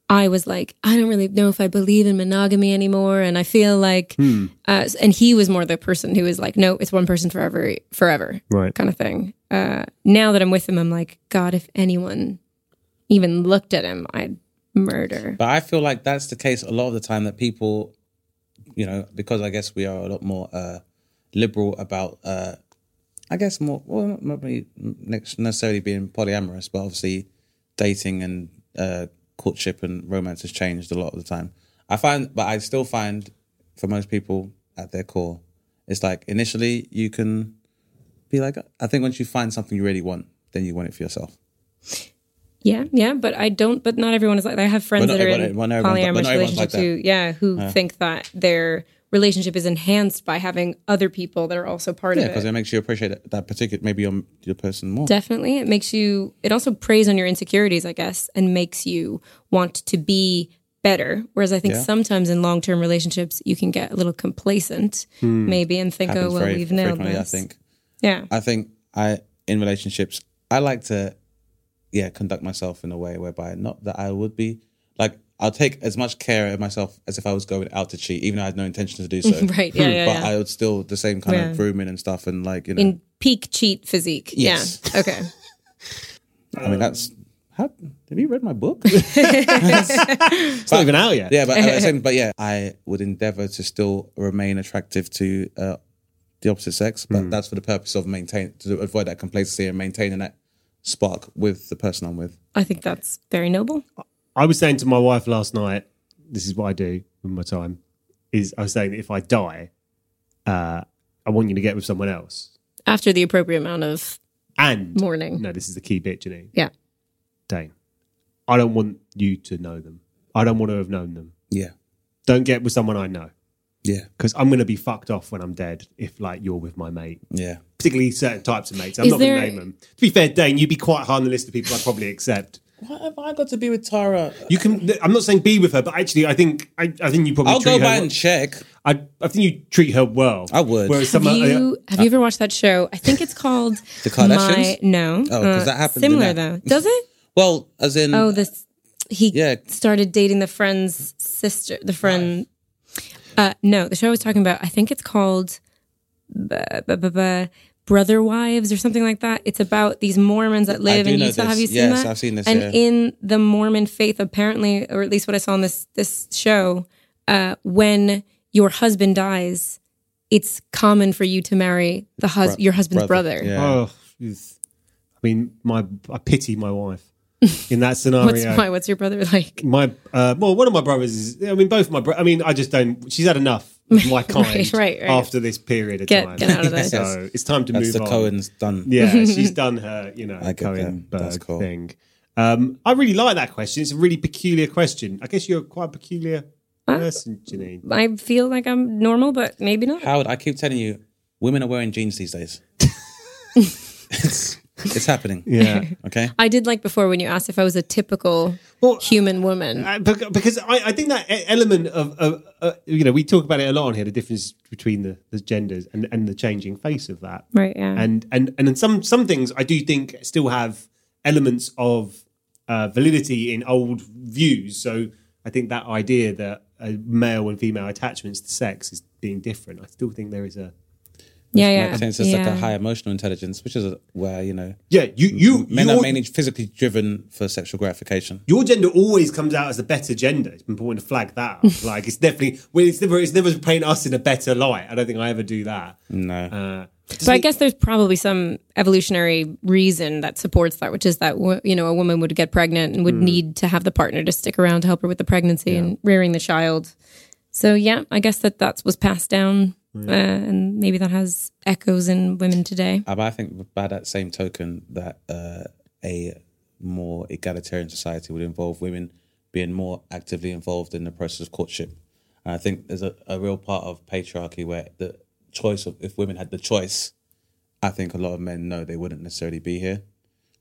[SPEAKER 3] I was like, I don't really know if I believe in monogamy anymore, and I feel like, uh, and he was more the person who was like, no, it's one person forever, forever,
[SPEAKER 2] Right.
[SPEAKER 3] kind of thing. Uh, now that I'm with him, I'm like, God, if anyone even looked at him, I'd murder.
[SPEAKER 1] But I feel like that's the case a lot of the time that people, you know, because I guess we are a lot more uh, liberal about, uh, I guess more, well, not maybe nex- necessarily being polyamorous, but obviously dating and uh, courtship and romance has changed a lot of the time. I find, but I still find for most people at their core, it's like initially you can be like, I think once you find something you really want, then you want it for yourself.
[SPEAKER 3] Yeah, yeah, but I don't. But not everyone is like. I have friends
[SPEAKER 1] But not
[SPEAKER 3] that are in
[SPEAKER 1] everyone- but not everyone's- but
[SPEAKER 3] polyamorous
[SPEAKER 1] not everyone's
[SPEAKER 3] relationships
[SPEAKER 1] like
[SPEAKER 3] who, yeah, who think that their relationship is enhanced by having other people that are also part
[SPEAKER 1] Yeah,
[SPEAKER 3] of
[SPEAKER 1] because
[SPEAKER 3] it.
[SPEAKER 1] it makes you appreciate that, that particular, maybe your, your person more.
[SPEAKER 3] Definitely, it makes you. It also preys on your insecurities, I guess, and makes you want to be better. Whereas I think sometimes in long-term relationships, you can get a little complacent, maybe, and think,
[SPEAKER 1] Hmm. happens
[SPEAKER 3] "Oh well,
[SPEAKER 1] very
[SPEAKER 3] we've nailed
[SPEAKER 1] frequently,
[SPEAKER 3] this."
[SPEAKER 1] I think.
[SPEAKER 3] Yeah,
[SPEAKER 1] I think I in relationships, I like to, yeah, conduct myself in a way whereby not that I would be like I'll take as much care of myself as if I was going out to cheat, even though I had no intention to do so.
[SPEAKER 3] Right, yeah, yeah,
[SPEAKER 1] but
[SPEAKER 3] yeah.
[SPEAKER 1] I would still the same kind
[SPEAKER 3] Yeah.
[SPEAKER 1] of grooming and stuff, and like you know,
[SPEAKER 3] in peak cheat physique.
[SPEAKER 1] Yes.
[SPEAKER 3] Yeah. Okay.
[SPEAKER 1] I mean that's. How, have you read my book?
[SPEAKER 2] It's not even out yet.
[SPEAKER 1] yeah, but at the same, but yeah, I would endeavour to still remain attractive to uh, the opposite sex,
[SPEAKER 2] Hmm.
[SPEAKER 1] but that's for the purpose of maintain to avoid that complacency and maintaining that spark with the person I'm with.
[SPEAKER 3] I think that's very noble.
[SPEAKER 2] I was saying to my wife last night, this is what I do with my time, is I was saying that if I die, uh, I want you to get with someone else.
[SPEAKER 3] After the appropriate amount of
[SPEAKER 2] And
[SPEAKER 3] morning.
[SPEAKER 2] no, this is the key bit, Janine.
[SPEAKER 3] Yeah.
[SPEAKER 2] Dane, I don't want you to know them. I don't want to have known them.
[SPEAKER 1] Yeah,
[SPEAKER 2] Don't get with someone I know
[SPEAKER 1] yeah,
[SPEAKER 2] because I'm going to be fucked off when I'm dead if like you're with my mate,
[SPEAKER 1] yeah.
[SPEAKER 2] particularly certain types of mates. I'm
[SPEAKER 3] Is
[SPEAKER 2] not going
[SPEAKER 3] there-
[SPEAKER 2] to name them. To be fair, Dane, you'd be quite high on the list of people I'd probably accept.
[SPEAKER 1] Why have I got to be with Tara?
[SPEAKER 2] You can. I'm not saying be with her, but actually, I think I, I think you probably.
[SPEAKER 1] I'll
[SPEAKER 2] treat
[SPEAKER 1] go
[SPEAKER 2] her
[SPEAKER 1] by
[SPEAKER 2] well.
[SPEAKER 1] and check.
[SPEAKER 2] I, I think you treat her well.
[SPEAKER 1] I would.
[SPEAKER 2] Whereas some uh,
[SPEAKER 3] Have
[SPEAKER 2] other-
[SPEAKER 3] you have you ever watched that show? I think it's called
[SPEAKER 1] The Kardashians?
[SPEAKER 3] My, no, Uh,
[SPEAKER 1] Oh, 'cause that happened in
[SPEAKER 3] Similar though,
[SPEAKER 1] that.
[SPEAKER 3] does it?
[SPEAKER 1] Well, as in,
[SPEAKER 3] Oh, this he
[SPEAKER 1] Yeah.
[SPEAKER 3] started dating the friend's sister. The friend. Uh, no, the show I was talking about. I think it's called uh, bu- bu- bu- Brother Wives or something like that. It's about these Mormons that live
[SPEAKER 1] do
[SPEAKER 3] in
[SPEAKER 1] know
[SPEAKER 3] Utah. Have you
[SPEAKER 1] this.
[SPEAKER 3] seen
[SPEAKER 1] Yes,
[SPEAKER 3] that?
[SPEAKER 1] I've seen this,
[SPEAKER 3] And
[SPEAKER 1] yeah.
[SPEAKER 3] in the Mormon faith, apparently, or at least what I saw in this this show, uh, when your husband dies, it's common for you to marry the hus- your husband's brother.
[SPEAKER 1] Yeah.
[SPEAKER 2] oh, it's- I mean, my I pity my wife in that scenario.
[SPEAKER 1] Oh,
[SPEAKER 3] What's why? What's your brother like?
[SPEAKER 2] my uh, well, one of my brothers is. I mean, both my. Bro- I mean, I just don't. She's had enough. of My kind.
[SPEAKER 3] Right, right, right.
[SPEAKER 2] After this period of
[SPEAKER 3] Get-
[SPEAKER 2] time,
[SPEAKER 3] get out of there.
[SPEAKER 2] So it's time to
[SPEAKER 1] that's
[SPEAKER 2] move
[SPEAKER 1] the
[SPEAKER 2] on.
[SPEAKER 1] Cohen's done.
[SPEAKER 2] Yeah, she's done her. You know,
[SPEAKER 1] I get that.
[SPEAKER 2] Cohen
[SPEAKER 1] That's cool.
[SPEAKER 2] thing. Um, I really like that question. It's a really peculiar question. I guess you're quite a peculiar person, Janine.
[SPEAKER 3] I feel like I'm normal, but maybe not.
[SPEAKER 1] Howard, I keep telling you, women are wearing jeans these days. it's, it's happening.
[SPEAKER 2] Yeah.
[SPEAKER 1] Okay.
[SPEAKER 3] I did like before when you asked if I was a typical
[SPEAKER 2] Well,
[SPEAKER 3] human woman.
[SPEAKER 2] Uh, bec- because I, I think that e- element of, of uh, you know we talk about it a lot on here the difference between the, the genders and, and the changing face of that
[SPEAKER 3] Right, yeah.
[SPEAKER 2] and and and in some some things I do think still have elements of uh, validity in old views so I think that idea that uh, male and female attachments to sex is being different I still think there is a
[SPEAKER 3] yeah, yeah.
[SPEAKER 1] Makes sense. It's
[SPEAKER 3] yeah.
[SPEAKER 1] like a high emotional intelligence, which is where you know
[SPEAKER 2] yeah you you
[SPEAKER 1] men
[SPEAKER 2] your,
[SPEAKER 1] are mainly physically driven for sexual gratification.
[SPEAKER 2] your gender always comes out as the better gender. It's important to flag that. Up. like it's definitely well, it's never it's never paint us in a better light. I don't think I ever do that.
[SPEAKER 1] No.
[SPEAKER 3] So I guess there's probably some evolutionary reason that supports that, which is that wo- you know a woman would get pregnant and would
[SPEAKER 1] Hmm.
[SPEAKER 3] need to have the partner to stick around to help her with the pregnancy and rearing the child. So yeah, I guess that that was passed down,
[SPEAKER 1] Hmm.
[SPEAKER 3] uh, and maybe that has echoes in women today.
[SPEAKER 1] Uh, But I think by that same token, that uh, a more egalitarian society would involve women being more actively involved in the process of courtship. And I think there's a, a real part of patriarchy where the choice of if women had the choice, I think a lot of men know they wouldn't necessarily be here.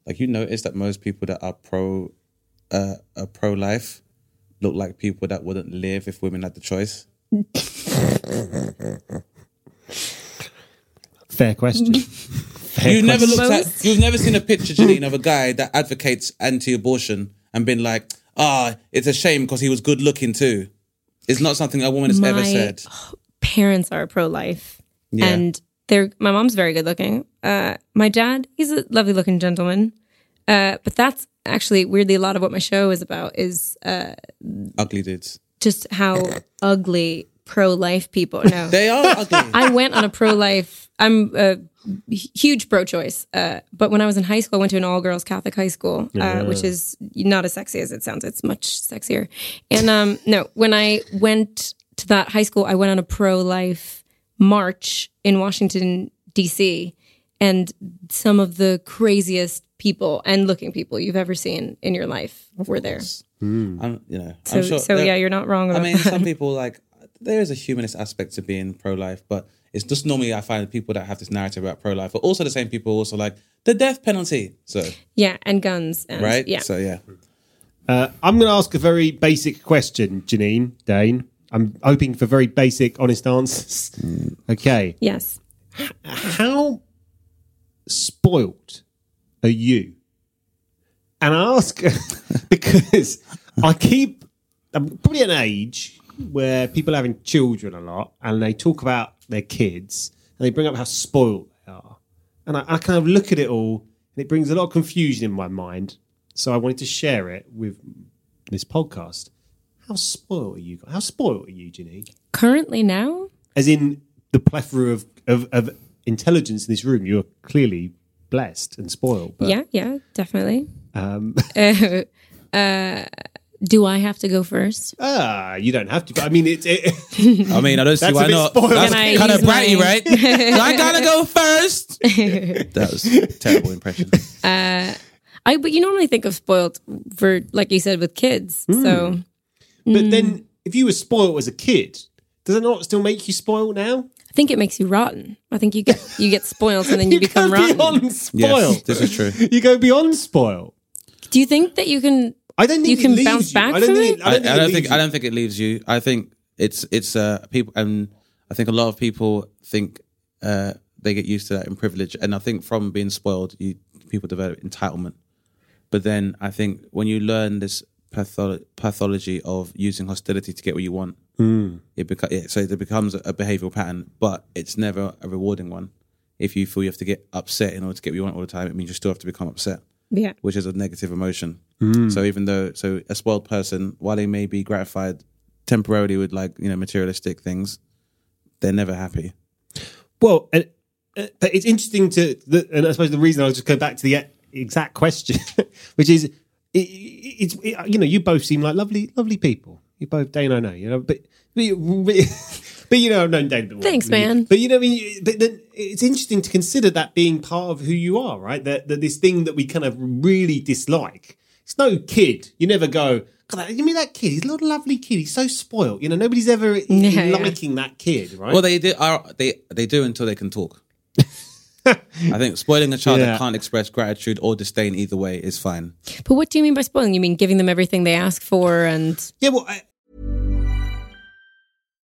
[SPEAKER 1] Like you notice that most people that are pro, uh, are pro life, look like people that wouldn't live if women had the choice.
[SPEAKER 2] Fair question. Fair
[SPEAKER 1] You've never looked at,
[SPEAKER 3] Most-
[SPEAKER 1] you've never seen a picture, Janine, of a guy that advocates anti-abortion and been like, ah, it's a shame because he was good looking too. It's not something a woman has ever
[SPEAKER 3] My-
[SPEAKER 1] said.
[SPEAKER 3] parents are pro life.
[SPEAKER 1] Yeah.
[SPEAKER 3] And they're my mom's very good looking. Uh my dad, he's a lovely looking gentleman. Uh but that's actually weirdly a lot of what my show is about is uh,
[SPEAKER 1] Ugly dudes.
[SPEAKER 3] just how ugly pro life people no.
[SPEAKER 1] They are ugly.
[SPEAKER 3] I went on a pro life. I'm a huge pro choice. Uh, but when I was in high school, I went to an all girls Catholic high school, uh, which is not as sexy as it sounds. It's much sexier. And um, no, when I went to that high school, I went on a pro life march in Washington, D.C., and some of the craziest people and looking people you've ever seen in your life were there.
[SPEAKER 1] I'm, you know,
[SPEAKER 3] So,
[SPEAKER 1] I'm sure.
[SPEAKER 3] so
[SPEAKER 1] there-
[SPEAKER 3] yeah, you're not wrong
[SPEAKER 1] I
[SPEAKER 3] about
[SPEAKER 1] mean,
[SPEAKER 3] that.
[SPEAKER 1] some people like there is a humanist aspect to being pro-life, but it's just normally I find people that have this narrative about pro-life, but also the same people also like the death penalty. So
[SPEAKER 3] Yeah, and guns. And,
[SPEAKER 1] right,
[SPEAKER 3] Yeah.
[SPEAKER 1] So yeah,
[SPEAKER 2] Uh, I'm going to ask a very basic question, Janine, Dane. I'm hoping for very basic, honest answers. Okay.
[SPEAKER 3] yes.
[SPEAKER 2] How spoilt are you? And I ask because I keep, I'm probably at an age where people are having children a lot and they talk about their kids and they bring up how spoilt they are. And I, I kind of look at it all and it brings a lot of confusion in my mind. So I wanted to share it with this podcast. How spoiled are you? How spoiled are you, Janine?
[SPEAKER 3] Currently now,
[SPEAKER 2] as in the plethora of, of, of intelligence in this room, you're clearly blessed and spoiled. But
[SPEAKER 3] yeah, yeah, definitely. Um. do I have to go first?
[SPEAKER 2] ah, you don't have to. But I mean, it's it,
[SPEAKER 1] I mean, I don't see
[SPEAKER 2] That's a
[SPEAKER 1] why
[SPEAKER 2] bit
[SPEAKER 1] not.
[SPEAKER 2] spoiled.
[SPEAKER 1] That's
[SPEAKER 3] Can I
[SPEAKER 1] kind of
[SPEAKER 3] use my-
[SPEAKER 1] bratty, right? So I gotta go first. that was a terrible impression.
[SPEAKER 3] I but you normally think of spoiled for like you said with kids. So
[SPEAKER 2] but then if you were spoiled as a kid, does it not still make you spoiled now?
[SPEAKER 3] I think it makes you rotten. I think you get you get spoiled and then you, become
[SPEAKER 2] go
[SPEAKER 3] rotten.
[SPEAKER 2] beyond
[SPEAKER 1] Yes,
[SPEAKER 2] spoiled.
[SPEAKER 1] this is true.
[SPEAKER 2] you go beyond spoiled.
[SPEAKER 3] Do you think that you can?
[SPEAKER 2] I don't think
[SPEAKER 3] You
[SPEAKER 2] it
[SPEAKER 3] can
[SPEAKER 2] leaves
[SPEAKER 3] bounce
[SPEAKER 2] you.
[SPEAKER 3] back
[SPEAKER 2] I don't
[SPEAKER 3] from
[SPEAKER 2] think
[SPEAKER 3] it?
[SPEAKER 2] it-
[SPEAKER 1] I, I don't think I
[SPEAKER 2] I
[SPEAKER 1] don't think it leaves you. I think it's it's uh people and I think a lot of people think uh they get used to that in privilege and I think from being spoiled you people develop entitlement. But then I think when you learn this patholo- pathology of using hostility to get what you want, it, beco- it so it becomes a behavioral pattern, but it's never a rewarding one. If you feel you have to get upset in order to get what you want all the time, it means you still have to become upset
[SPEAKER 3] Yeah.
[SPEAKER 1] which is a negative emotion.
[SPEAKER 2] Mm.
[SPEAKER 1] So even though, so a spoiled person, while they may be gratified temporarily with like you know materialistic things, they're never happy.
[SPEAKER 2] Well, and, uh, but it's interesting to, the, and I suppose the reason I'll just go back to the e- exact question, which is, it, it, it's it, you know, you both seem like lovely, lovely people. You both, Dane, I know, you know, but but, you- but, but, you know, I've known Dane. a bit more.
[SPEAKER 3] Thanks, man.
[SPEAKER 2] But you know, I mean, but then it's interesting to consider that being part of who you are, right? That that this thing that we kind of really dislike. It's no kid. You never go. God, you mean that kid? He's not a lovely kid. He's so spoiled. You know, nobody's ever
[SPEAKER 3] Yeah, yeah.
[SPEAKER 2] liking that kid, right?
[SPEAKER 1] Well, they do are they they do until they can talk. I think spoiling a child
[SPEAKER 2] Yeah.
[SPEAKER 1] that can't express gratitude or disdain either way is fine.
[SPEAKER 3] But what do you mean by spoiling? You mean giving them everything they ask for and
[SPEAKER 2] yeah. Well, I,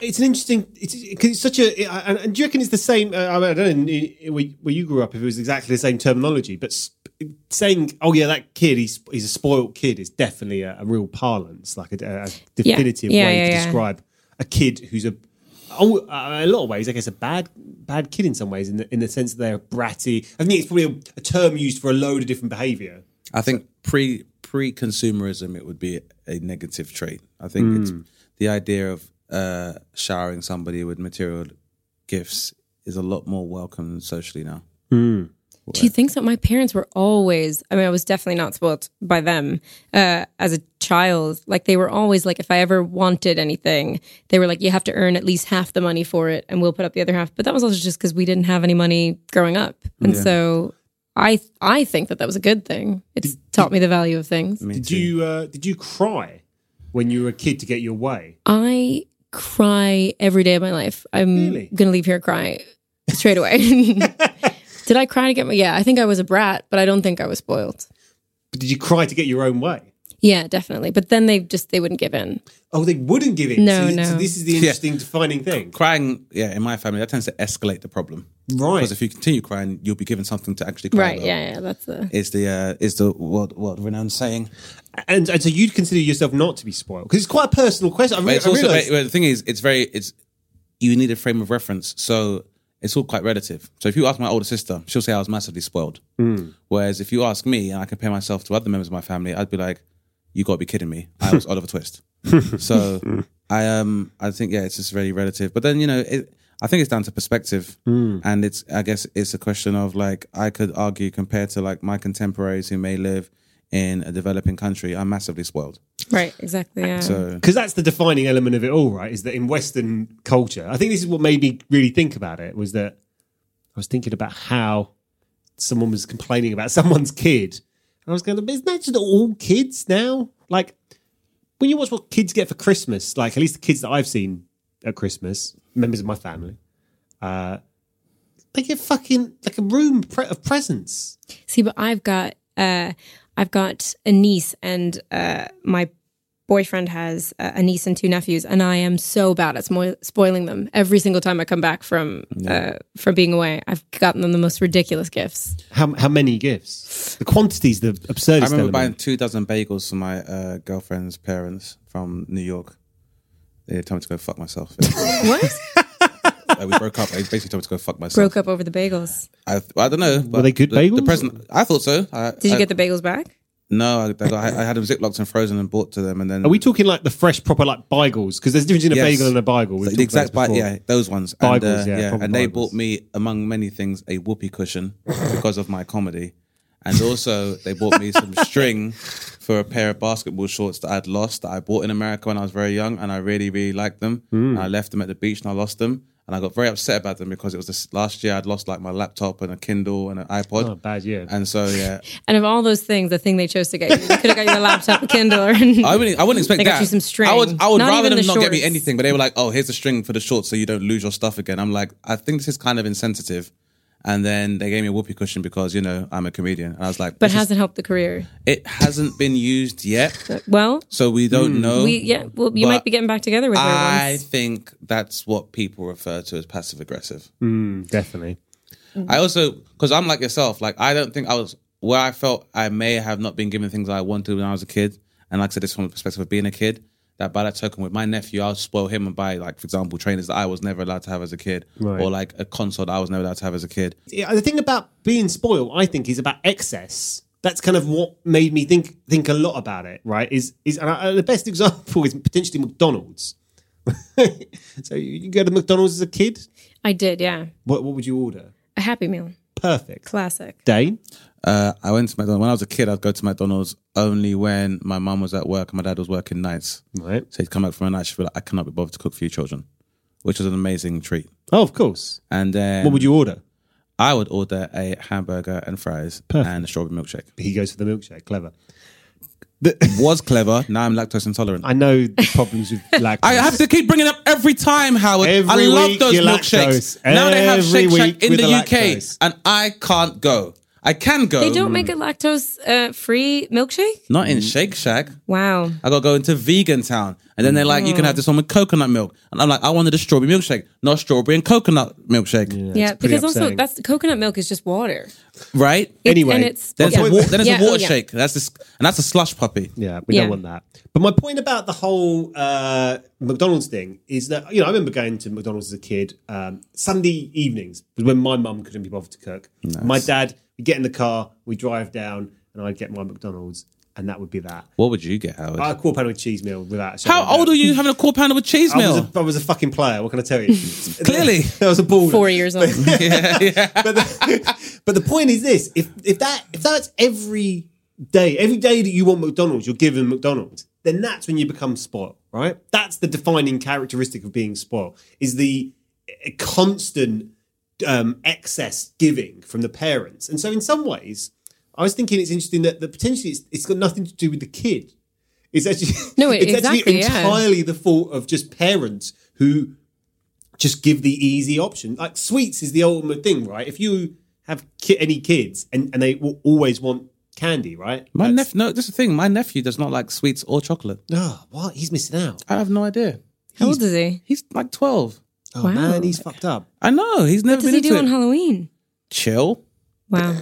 [SPEAKER 2] it's an interesting. It's, it's such a. And, and do you reckon it's the same? Uh, I, mean, I don't know i- where, where you grew up if it was exactly the same terminology, but sp- saying, "Oh yeah, that kid, he's he's a spoiled kid," is definitely a, a real parlance, like a, a definitive
[SPEAKER 3] Yeah,
[SPEAKER 2] way
[SPEAKER 3] yeah,
[SPEAKER 2] to
[SPEAKER 3] yeah.
[SPEAKER 2] describe a kid who's a. Oh, uh, in a lot of ways, I guess a bad bad kid in some ways, in the, in the sense that they're bratty. I think it's probably a, a term used for a load of different behaviour.
[SPEAKER 1] I think pre pre consumerism it would be a negative trait. I think it's the idea of uh, showering somebody with material gifts is a lot more welcome socially now.
[SPEAKER 3] Do you think that my parents were always? I mean, I was definitely not spoiled by them uh, as a child. Like they were always like, if I ever wanted anything, they were like, you have to earn at least half the money for it, and we'll put up the other half. But that was also just because we didn't have any money growing up, and so I I think that that was a good thing. It's taught me the value of things.
[SPEAKER 2] Did you uh, did you cry when you were a kid to get your way?
[SPEAKER 3] I cry every day of my life. I'm
[SPEAKER 2] Really?
[SPEAKER 3] gonna leave here crying straight away. Did I cry to get my? Yeah, I think I was a brat, but I don't think I was spoiled.
[SPEAKER 2] But did you cry to get your own way?
[SPEAKER 3] Yeah, definitely. But then they just they wouldn't give in.
[SPEAKER 2] Oh, they wouldn't give in.
[SPEAKER 3] No,
[SPEAKER 2] so,
[SPEAKER 3] no.
[SPEAKER 2] so this is the interesting defining thing,
[SPEAKER 1] Crying, yeah, in my family, that tends to escalate the problem.
[SPEAKER 2] right?
[SPEAKER 1] Because if you continue crying, you'll be given something to actually cry
[SPEAKER 3] Right.
[SPEAKER 1] about.
[SPEAKER 3] Yeah, yeah. That's the
[SPEAKER 1] Is the uh, is the world world renowned saying?
[SPEAKER 2] And, and so you'd consider yourself not to be spoiled because it's quite a personal question. I,
[SPEAKER 1] But
[SPEAKER 2] re-
[SPEAKER 1] it's
[SPEAKER 2] I
[SPEAKER 1] also
[SPEAKER 2] realise-
[SPEAKER 1] but- but the thing is, it's very it's you need a frame of reference, so it's all quite relative. So if you ask my older sister, she'll say I was massively spoiled. Whereas if you ask me and I compare myself to other members of my family, I'd be like, "You got to be kidding me! I was Oliver Twist." so I um I think yeah, it's just very relative. But then you know it. I think it's down to perspective, and it's I guess it's a question of like I could argue compared to like my contemporaries who may live in a developing country, I'm massively spoiled.
[SPEAKER 3] right. Exactly. Yeah.
[SPEAKER 1] So
[SPEAKER 2] because that's the defining element of it all, right? Is that in Western culture, I think this is what made me really think about it was that I was thinking about how someone was complaining about someone's kid. And I was going, isn't that just all kids now? Like, when you watch what kids get for Christmas, like at least the kids that I've seen at Christmas, members of my family, uh, they get fucking like a room pre- of presents.
[SPEAKER 3] See, but I've got uh, I've got a niece, and uh, my boyfriend has uh, a niece and two nephews, and I am so bad at smo- spoiling them. Every single time I come back from uh, from being away, I've gotten them the most ridiculous gifts.
[SPEAKER 2] How, how many gifts? The quantity's the absurdest.
[SPEAKER 1] I remember
[SPEAKER 2] element.
[SPEAKER 1] buying two dozen bagels for my uh, girlfriend's parents from New York. They told me to go fuck myself.
[SPEAKER 3] What
[SPEAKER 1] Like, we broke up. They basically told me to go fuck myself.
[SPEAKER 3] broke up over the bagels?
[SPEAKER 1] I, I don't know. but
[SPEAKER 2] they good
[SPEAKER 1] the, The
[SPEAKER 2] bagels?
[SPEAKER 1] present, I thought so. I,
[SPEAKER 3] Did you
[SPEAKER 1] I-
[SPEAKER 3] get the bagels back?
[SPEAKER 1] No, I, I, got, I, I had them ziplocked and frozen and bought to them, and then
[SPEAKER 2] Are we talking like the fresh, proper like bagels? Because there's a difference in a
[SPEAKER 1] Yes.
[SPEAKER 2] bagel and a bagel. We've
[SPEAKER 1] the,
[SPEAKER 2] talked about
[SPEAKER 1] exact
[SPEAKER 2] this before.
[SPEAKER 1] bite, yeah, those ones. and, uh,
[SPEAKER 2] Bagels, yeah, proper
[SPEAKER 1] and they
[SPEAKER 2] bagels.
[SPEAKER 1] bought me, among many things, a whoopee cushion because of my comedy, and also they bought me some string for a pair of basketball shorts that I'd lost that I bought in America when I was very young, and I really, really liked them.
[SPEAKER 2] Hmm.
[SPEAKER 1] And I left them at the beach and I lost them, and I got very upset about them because it was this last year I'd lost like my laptop and a Kindle and an iPod.
[SPEAKER 2] Oh, bad year.
[SPEAKER 1] And so yeah,
[SPEAKER 3] And of all those things, the thing they chose to get you, they could have got you a laptop, a Kindle, or
[SPEAKER 1] I wouldn't. I wouldn't expect
[SPEAKER 3] They got
[SPEAKER 1] that.
[SPEAKER 3] you some string.
[SPEAKER 1] I would. I would
[SPEAKER 3] Not
[SPEAKER 1] rather
[SPEAKER 3] even
[SPEAKER 1] them
[SPEAKER 3] the
[SPEAKER 1] not get me
[SPEAKER 3] shorts.
[SPEAKER 1] anything, but they were like, "Oh, here's the string for the shorts, so you don't lose your stuff again." I'm like, I think this is kind of insensitive. And then they gave me a whoopee cushion because you know I'm a comedian, and I was like,
[SPEAKER 3] but
[SPEAKER 1] this is-
[SPEAKER 3] hasn't helped the career.
[SPEAKER 1] it hasn't been used yet,
[SPEAKER 3] Well,
[SPEAKER 1] so we don't know."
[SPEAKER 3] Hmm. we yeah, well, you
[SPEAKER 1] But
[SPEAKER 3] might be getting back together with her
[SPEAKER 1] I
[SPEAKER 3] once.
[SPEAKER 1] think that's what people refer to as passive aggressive.
[SPEAKER 2] Definitely.
[SPEAKER 1] I also, because I'm like yourself, like I don't think I was where I felt I may have not been given things I wanted when I was a kid. And like I said, this from the perspective of being a kid, that by that token, with my nephew, I'll spoil him and buy, like, for example, trainers that I was never allowed to have as a kid, or like a console that I was never allowed to have as a kid.
[SPEAKER 2] Yeah, the thing about being spoiled, I think, is about excess. That's kind of what made me think think a lot about it. Right? Is is and I, uh, the best example is potentially McDonald's. so you, you go to McDonald's as a kid.
[SPEAKER 3] I did, yeah.
[SPEAKER 2] What what would you order?
[SPEAKER 3] A Happy Meal,
[SPEAKER 2] Perfect.
[SPEAKER 3] classic.
[SPEAKER 2] Dane.
[SPEAKER 1] Uh, I went to McDonald's when I was a kid. I'd go to McDonald's only when my mum was at work and my dad was working nights.
[SPEAKER 2] Right.
[SPEAKER 1] So he'd come back from a night, she'd be like, "I cannot be bothered to cook for you children," which was an amazing treat.
[SPEAKER 2] Oh, of course.
[SPEAKER 1] And then
[SPEAKER 2] What would you order?
[SPEAKER 1] I would order a hamburger and fries and a strawberry milkshake.
[SPEAKER 2] He goes for the milkshake. Clever.
[SPEAKER 1] was clever. Now I'm lactose intolerant.
[SPEAKER 2] I know the problems with lactose.
[SPEAKER 1] I have to keep bringing up every time, Howard. I
[SPEAKER 2] Every
[SPEAKER 1] love
[SPEAKER 2] week
[SPEAKER 1] those
[SPEAKER 2] you're
[SPEAKER 1] milkshakes.
[SPEAKER 2] lactose.
[SPEAKER 1] Now they have
[SPEAKER 2] Every
[SPEAKER 1] Shake Shack
[SPEAKER 2] week
[SPEAKER 1] in
[SPEAKER 2] with
[SPEAKER 1] the,
[SPEAKER 2] the
[SPEAKER 1] UK,
[SPEAKER 2] lactose.
[SPEAKER 1] and I can't go. I can go.
[SPEAKER 3] They don't
[SPEAKER 1] Um,
[SPEAKER 3] make a lactose uh, free milkshake?
[SPEAKER 1] Not in Shake Shack.
[SPEAKER 3] Wow.
[SPEAKER 1] I gotta go into Vegan Town. And then they're like, you can have this one with coconut milk. And I'm like, I wanted a strawberry milkshake, not strawberry and coconut milkshake.
[SPEAKER 3] yeah,
[SPEAKER 2] pretty
[SPEAKER 3] because also
[SPEAKER 2] upsetting.
[SPEAKER 3] that's coconut milk is just water.
[SPEAKER 1] Right?
[SPEAKER 3] It's-
[SPEAKER 2] Anyway,
[SPEAKER 3] and it's
[SPEAKER 1] Then it's
[SPEAKER 3] yeah.
[SPEAKER 1] a, wa- then it's
[SPEAKER 3] Yeah,
[SPEAKER 1] a
[SPEAKER 3] oh,
[SPEAKER 1] water
[SPEAKER 3] yeah.
[SPEAKER 1] shake. That's this, and that's a slush puppy.
[SPEAKER 2] Yeah, we
[SPEAKER 3] Yeah.
[SPEAKER 2] don't want that. But my point about the whole uh, McDonald's thing is that you know I remember going to McDonald's as a kid. Um, Sunday evenings was when my mum couldn't be bothered to cook. My dad would get in the car, we drive down, and I'd get my McDonald's, and that would be that.
[SPEAKER 1] What would you get, Howard?
[SPEAKER 2] A quarter pound with cheese meal without. A shadow
[SPEAKER 1] How
[SPEAKER 2] of a doubt.
[SPEAKER 1] old are you having a quarter pounder with cheese
[SPEAKER 2] I was,
[SPEAKER 1] meal?
[SPEAKER 2] a, I was a fucking player. What can I tell you?
[SPEAKER 1] Clearly.
[SPEAKER 2] I was a baller.
[SPEAKER 3] four years old.
[SPEAKER 2] but, the, but the point is this: if if that if that's every day, every day that you want McDonald's, you're given McDonald's. Then that's when you become spoiled, right? That's the defining characteristic of being spoiled: is the uh, constant um, excess giving from the parents. And so, in some ways, I was thinking it's interesting that the potentially it's, it's got nothing to do with the kid. It's actually
[SPEAKER 3] No, it-
[SPEAKER 2] it's
[SPEAKER 3] exactly,
[SPEAKER 2] actually
[SPEAKER 3] yeah.
[SPEAKER 2] entirely the fault of just parents who just give the easy option. Like sweets is the ultimate thing, right? If you have ki- any kids and, and they will always want candy, right?
[SPEAKER 1] My
[SPEAKER 2] That's-
[SPEAKER 1] nephew, no, this is the thing. My nephew does not like sweets or chocolate.
[SPEAKER 2] Oh, what? He's missing out.
[SPEAKER 1] I have no idea.
[SPEAKER 3] How old is he?
[SPEAKER 1] He's like 12.
[SPEAKER 2] Oh,
[SPEAKER 3] Wow.
[SPEAKER 2] man, he's fucked up.
[SPEAKER 1] I know. He's never
[SPEAKER 3] What does
[SPEAKER 1] been into
[SPEAKER 3] he do
[SPEAKER 1] it.
[SPEAKER 3] on Halloween?
[SPEAKER 1] Chill.
[SPEAKER 3] Wow.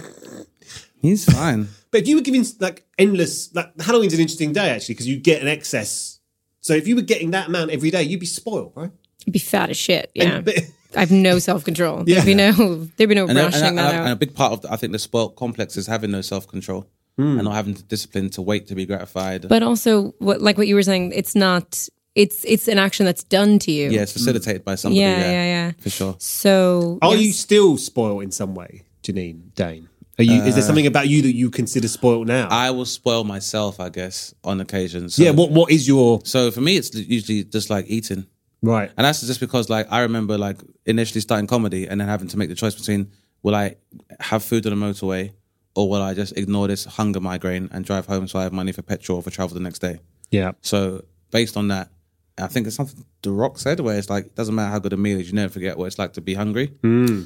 [SPEAKER 1] He's fine.
[SPEAKER 2] But if you were giving like endless, like Halloween's an interesting day actually because you get an excess. So if you were getting that amount every day, you'd be spoiled, right?
[SPEAKER 3] He'd be fat as shit. Yeah.
[SPEAKER 2] And- but-
[SPEAKER 3] I have no self control.
[SPEAKER 2] Yeah.
[SPEAKER 3] There'd be no there'd be no
[SPEAKER 1] and, and-
[SPEAKER 3] brushing
[SPEAKER 1] and-
[SPEAKER 3] that
[SPEAKER 1] and a
[SPEAKER 3] out.
[SPEAKER 1] big part of the, I think the spoilt complex is having no self control and not having the discipline to wait to be gratified.
[SPEAKER 3] But also what like what you were saying, it's not it's it's an action that's done to you.
[SPEAKER 1] yeah, it's facilitated by somebody.
[SPEAKER 3] Yeah,
[SPEAKER 1] Yeah, Oh,
[SPEAKER 3] yeah, yeah.
[SPEAKER 1] for sure.
[SPEAKER 3] So
[SPEAKER 2] Are
[SPEAKER 3] yes.
[SPEAKER 2] you still spoiled in some way, Janine Dane? Are you? is there something about you that you consider spoiled now?
[SPEAKER 1] Uh, I will spoil myself, I guess, on occasions.
[SPEAKER 2] yeah. What? What is your
[SPEAKER 1] So for me, it's usually just like eating.
[SPEAKER 2] right?
[SPEAKER 1] And that's just because, like, I remember like initially starting comedy and then having to make the choice between will I have food on the motorway or will I just ignore this hunger migraine and drive home so I have money for petrol or for travel the next day.
[SPEAKER 2] Yeah.
[SPEAKER 1] So based on that, I think it's something The Rock said where it's like doesn't matter how good a meal is, you never forget what it's like to be hungry.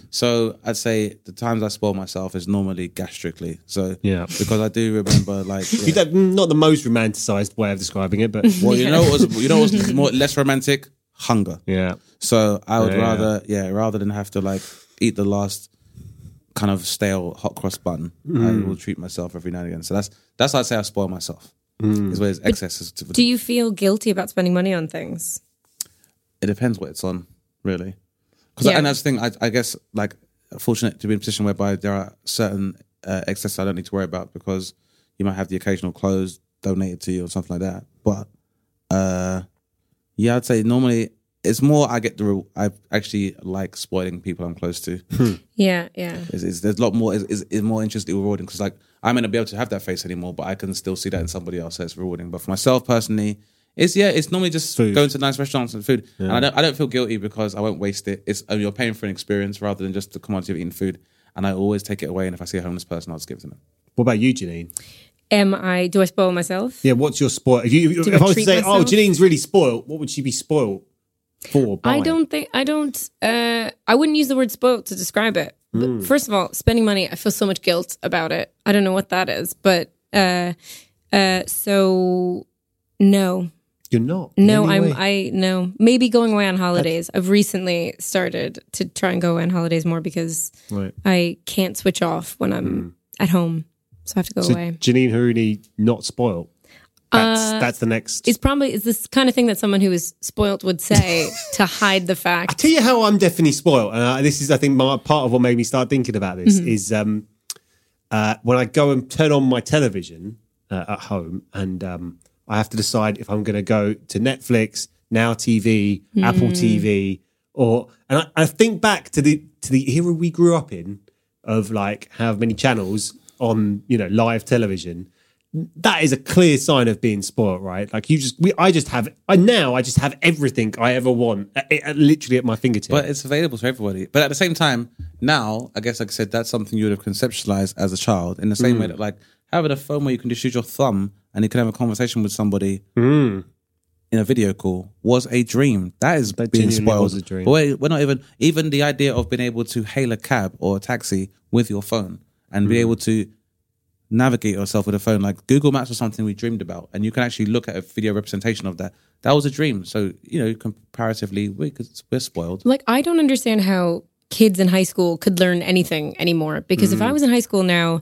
[SPEAKER 1] So I'd say the times I spoil myself is normally gastrically. So
[SPEAKER 2] Yeah.
[SPEAKER 1] because I do remember like.
[SPEAKER 2] You
[SPEAKER 1] yeah.
[SPEAKER 2] don't- Not the most romanticized way of describing it, but
[SPEAKER 1] Well, you know what was you know what was more less romantic? Hunger.
[SPEAKER 2] yeah.
[SPEAKER 1] So I would
[SPEAKER 2] Yeah, yeah.
[SPEAKER 1] rather, yeah. rather than have to like eat the last kind of stale hot cross bun,
[SPEAKER 2] Mm.
[SPEAKER 1] I will treat myself every now and again. So that's that's how I say I spoil myself.
[SPEAKER 2] Mm.
[SPEAKER 1] Is where it's excess.
[SPEAKER 3] do you feel guilty about spending money on things?
[SPEAKER 1] it depends what it's on, really. Because
[SPEAKER 3] Yeah.
[SPEAKER 1] and that's the thing. I, I guess like fortunate to be in a position whereby there are certain uh, excesses I don't need to worry about because you might have the occasional clothes donated to you or something like that. But uh, yeah, I'd say normally it's more I get the re- I actually like spoiling people I'm close to.
[SPEAKER 3] Yeah, yeah.
[SPEAKER 1] It's, it's, there's a lot more. It's, it's, it's more interesting, rewarding because like I may not be able to have that face anymore, but I can still see that in somebody else. So it's rewarding. But for myself personally, it's yeah, it's normally just going to nice restaurants and food, and I don't I don't feel guilty because I won't waste it. It's oh, you're paying for an experience rather than just the commodity of eating food. And I always take it away, and if I see a homeless person, I'll just give it to them.
[SPEAKER 2] What about you, Janine?
[SPEAKER 3] Am I do I spoil myself?
[SPEAKER 2] Yeah, what's your spoil? If, you,
[SPEAKER 3] Do
[SPEAKER 2] if
[SPEAKER 3] I
[SPEAKER 2] I was to
[SPEAKER 3] treat
[SPEAKER 2] say, oh,
[SPEAKER 3] myself?
[SPEAKER 2] Janine's really spoiled, what would she be spoiled for? by?
[SPEAKER 3] I don't think I don't uh I wouldn't use the word spoiled to describe it. But
[SPEAKER 2] Hmm.
[SPEAKER 3] First of all, spending money, I feel so much guilt about it. I don't know what that is, but uh uh so no.
[SPEAKER 2] You're not. in
[SPEAKER 3] No,
[SPEAKER 2] any
[SPEAKER 3] I'm
[SPEAKER 2] way.
[SPEAKER 3] I no. Maybe going away on holidays. I've recently started to try and go away on holidays more because
[SPEAKER 2] Right.
[SPEAKER 3] I can't switch off when I'm at home. So I have to go
[SPEAKER 2] Hmm. So
[SPEAKER 3] away.
[SPEAKER 2] Janine Harouni, not spoiled. That's, that's the next.
[SPEAKER 3] Uh, It's probably it's this kind of thing that someone who is spoilt would say to hide the
[SPEAKER 2] I
[SPEAKER 3] fact.
[SPEAKER 2] tell you how I'm definitely spoiled, and uh, this is, I think, my, part of what made me start thinking about this is um, uh, when I go and turn on my television uh, at home, and um, I have to decide if I'm going to go to Netflix, Now TV, Apple TV, or and I, I think back to the to the era we grew up in of like how many channels on you know live television. That is a clear sign of being spoiled, right? Like you just, we, I just have, I now, I just have everything I ever want, at, at, literally at my fingertips.
[SPEAKER 1] But it's available to everybody. But at the same time, now I guess, like I said, that's something you would have conceptualized as a child. In the
[SPEAKER 2] Mm.
[SPEAKER 1] same way that, like, having a phone where you can just use your thumb and you can have a conversation with somebody
[SPEAKER 2] Mm.
[SPEAKER 1] in a video call was a dream. That is
[SPEAKER 2] That
[SPEAKER 1] being
[SPEAKER 2] genuinely
[SPEAKER 1] spoiled.
[SPEAKER 2] was a dream.
[SPEAKER 1] But we're, we're not even even the
[SPEAKER 2] Mm.
[SPEAKER 1] idea of being able to hail a cab or a taxi with your phone and be able to navigate yourself with a phone. Like Google Maps was something we dreamed about, and you can actually look at a video representation of that. That was a dream. So you know, comparatively, we, cause we're spoiled.
[SPEAKER 3] Like, I don't understand how kids in high school could learn anything anymore. Because
[SPEAKER 1] Mm.
[SPEAKER 3] if I was in high school now,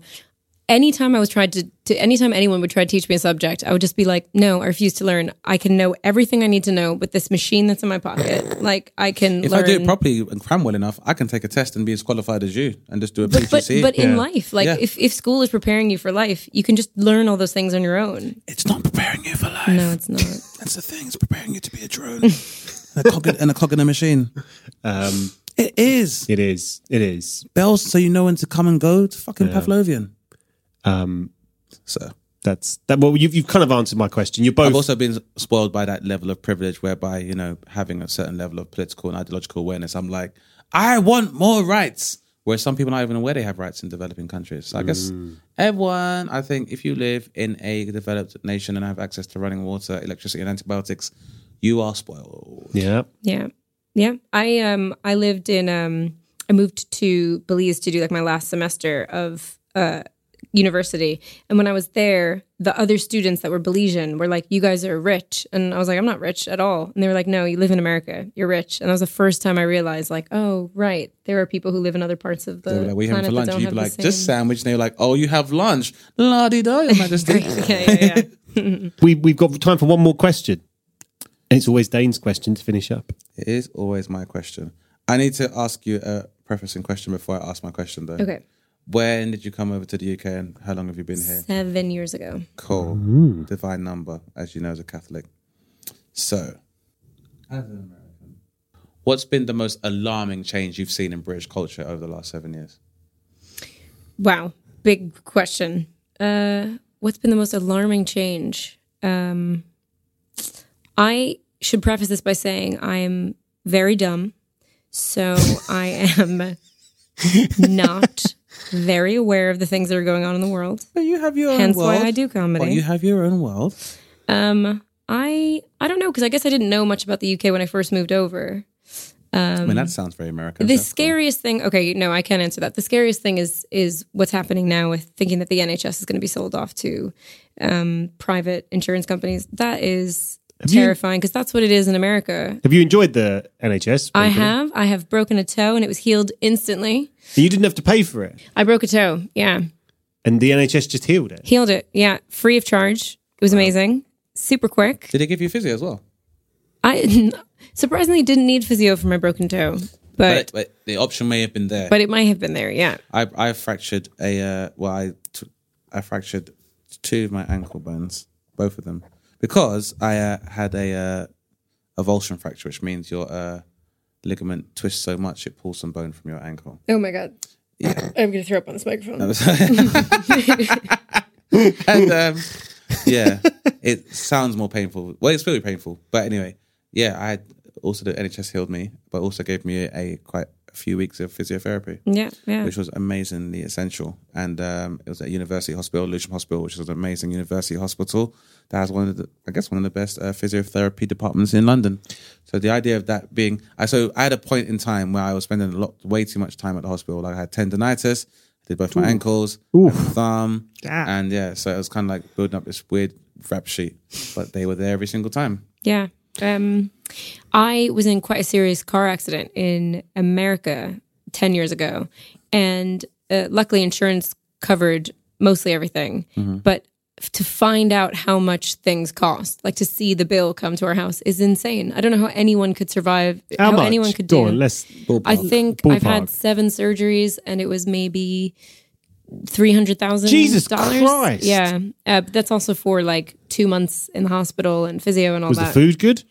[SPEAKER 3] anytime I was tried to, to, anytime anyone would try to teach me a subject, I would just be like, no, I refuse to learn. I can know everything I need to know with this machine that's in my pocket. like, I can
[SPEAKER 1] If
[SPEAKER 3] learn.
[SPEAKER 1] I do it properly and cram well enough, I can take a test and be as qualified as you, and just do a
[SPEAKER 3] But, but,
[SPEAKER 1] PGCE.
[SPEAKER 3] but in
[SPEAKER 2] Yeah.
[SPEAKER 3] life, like
[SPEAKER 1] Yeah.
[SPEAKER 3] if, if school is preparing you for life, you can just learn all those things on your own.
[SPEAKER 1] it's not preparing you for life.
[SPEAKER 3] No, it's not.
[SPEAKER 1] That's the thing. It's preparing you to be a drone and a cog in, and a cog in a machine.
[SPEAKER 2] Um,
[SPEAKER 1] It is
[SPEAKER 2] it is. It is.
[SPEAKER 1] bells, so you know when to come and go. It's fucking Pavlovian.
[SPEAKER 2] Um,
[SPEAKER 1] So
[SPEAKER 2] that's that. Well, you've, you've kind of answered my question. You're both.
[SPEAKER 1] I've also been spoiled by that level of privilege, whereby you know having a certain level of political and ideological awareness, I'm like, I want more rights. Whereas some people aren't even aware they have rights in developing countries. So I guess
[SPEAKER 2] Mm.
[SPEAKER 1] everyone, I think, if you live in a developed nation and have access to running water, electricity, and antibiotics, you are spoiled.
[SPEAKER 2] yeah.
[SPEAKER 3] Yeah. Yeah. I um I lived in um I moved to Belize to do like my last semester of uh university. And when I was there, the other students that were Belizean were like, You guys are rich. And I was like, I'm not rich at all. And they were like, No, you live in America. You're rich. And that was the first time I realized, like, oh right, there are people who live in other parts of the
[SPEAKER 1] They were like, "We
[SPEAKER 3] planet
[SPEAKER 1] having for
[SPEAKER 3] that
[SPEAKER 1] lunch?"
[SPEAKER 3] don't
[SPEAKER 1] You'd
[SPEAKER 3] have
[SPEAKER 1] be
[SPEAKER 3] the
[SPEAKER 1] like,
[SPEAKER 3] same-
[SPEAKER 1] "Just sandwich." And they were like, "Oh, you have lunch? La di da, Your Majesty."
[SPEAKER 3] yeah, yeah, yeah.
[SPEAKER 2] We we've got time for one more question. And it's always Dane's question to finish up.
[SPEAKER 1] It is always my question. I need to ask you a prefacing question before I ask my question, though.
[SPEAKER 3] Okay.
[SPEAKER 1] When did you come over to the UK and how long have you been here?
[SPEAKER 3] Seven years ago.
[SPEAKER 1] Cool. Divine number, as you know, as a Catholic. So, as an American, what's been the most alarming change you've seen in British culture over the last seven years?
[SPEAKER 3] Wow, big question. Uh, what's been the most alarming change? Um, I should preface this by saying I'm very dumb, so I am not very aware of the things that are going on in the world.
[SPEAKER 1] you have your
[SPEAKER 3] Hence why I do comedy.
[SPEAKER 1] Well, you have your own world.
[SPEAKER 3] Um, I I don't know because I guess I didn't know much about the UK when I first moved over.
[SPEAKER 1] I mean, that sounds very American.
[SPEAKER 3] Um, The
[SPEAKER 1] so that's cool.
[SPEAKER 3] scariest thing, okay, no, I can't answer that. The scariest thing is is what's happening now with thinking that the NHS is going to be sold off to um, private insurance companies. That is
[SPEAKER 2] you-
[SPEAKER 3] terrifying because that's what it is in America.
[SPEAKER 2] Have you enjoyed the NHS?
[SPEAKER 3] I
[SPEAKER 2] Benjamin?
[SPEAKER 3] have I have broken a toe and it was healed instantly.
[SPEAKER 2] And you didn't have to pay for it,
[SPEAKER 3] I broke a toe, yeah,
[SPEAKER 2] and the NHS just healed it.
[SPEAKER 3] healed it, yeah, free of charge. It was amazing, super quick.
[SPEAKER 1] Did they give you physio as well?
[SPEAKER 3] I surprisingly didn't need physio for my broken toe, but
[SPEAKER 1] but the option may have been there.
[SPEAKER 3] but it might have been there, yeah.
[SPEAKER 1] I I fractured a uh, well I t- I fractured two of my ankle bones, both of them, because I uh, had a uh, avulsion fracture, which means your uh, ligament twists so much it pulls some bone from your ankle.
[SPEAKER 3] Oh my god. I'm gonna throw up on this microphone.
[SPEAKER 1] And um, yeah, it sounds more painful. Well, it's really painful, but anyway, yeah. I had also the NHS healed me, but also gave me a quite a few weeks of physiotherapy.
[SPEAKER 3] yeah, yeah.
[SPEAKER 1] which was amazingly essential. And um, it was at University Hospital, Lewisham Hospital, which is an amazing university hospital that has one of the, I guess, one of the best uh, physiotherapy departments in London. So the idea of that being, I so I had a point in time where I was spending a lot, way too much time at the hospital. Like I had tendonitis, I did both my ankles, and my thumb, and yeah, so it was kind of like building up this weird rap sheet, but they were there every single time.
[SPEAKER 3] Yeah. Um, I was in quite a serious car accident in America 10 years ago. And uh, luckily, insurance covered mostly everything. But f- to find out how much things cost, like to see the bill come to our house, is insane. I don't know how anyone could survive, how,
[SPEAKER 2] much?
[SPEAKER 3] anyone could
[SPEAKER 2] Go
[SPEAKER 3] do
[SPEAKER 2] on, let's-
[SPEAKER 3] I think
[SPEAKER 2] Ballpark.
[SPEAKER 3] I've had seven surgeries and it was maybe three hundred thousand.
[SPEAKER 2] Jesus Christ.
[SPEAKER 3] Yeah, uh, but that's also for like two months in the hospital and physio and all
[SPEAKER 2] Was the
[SPEAKER 3] that.
[SPEAKER 2] food good?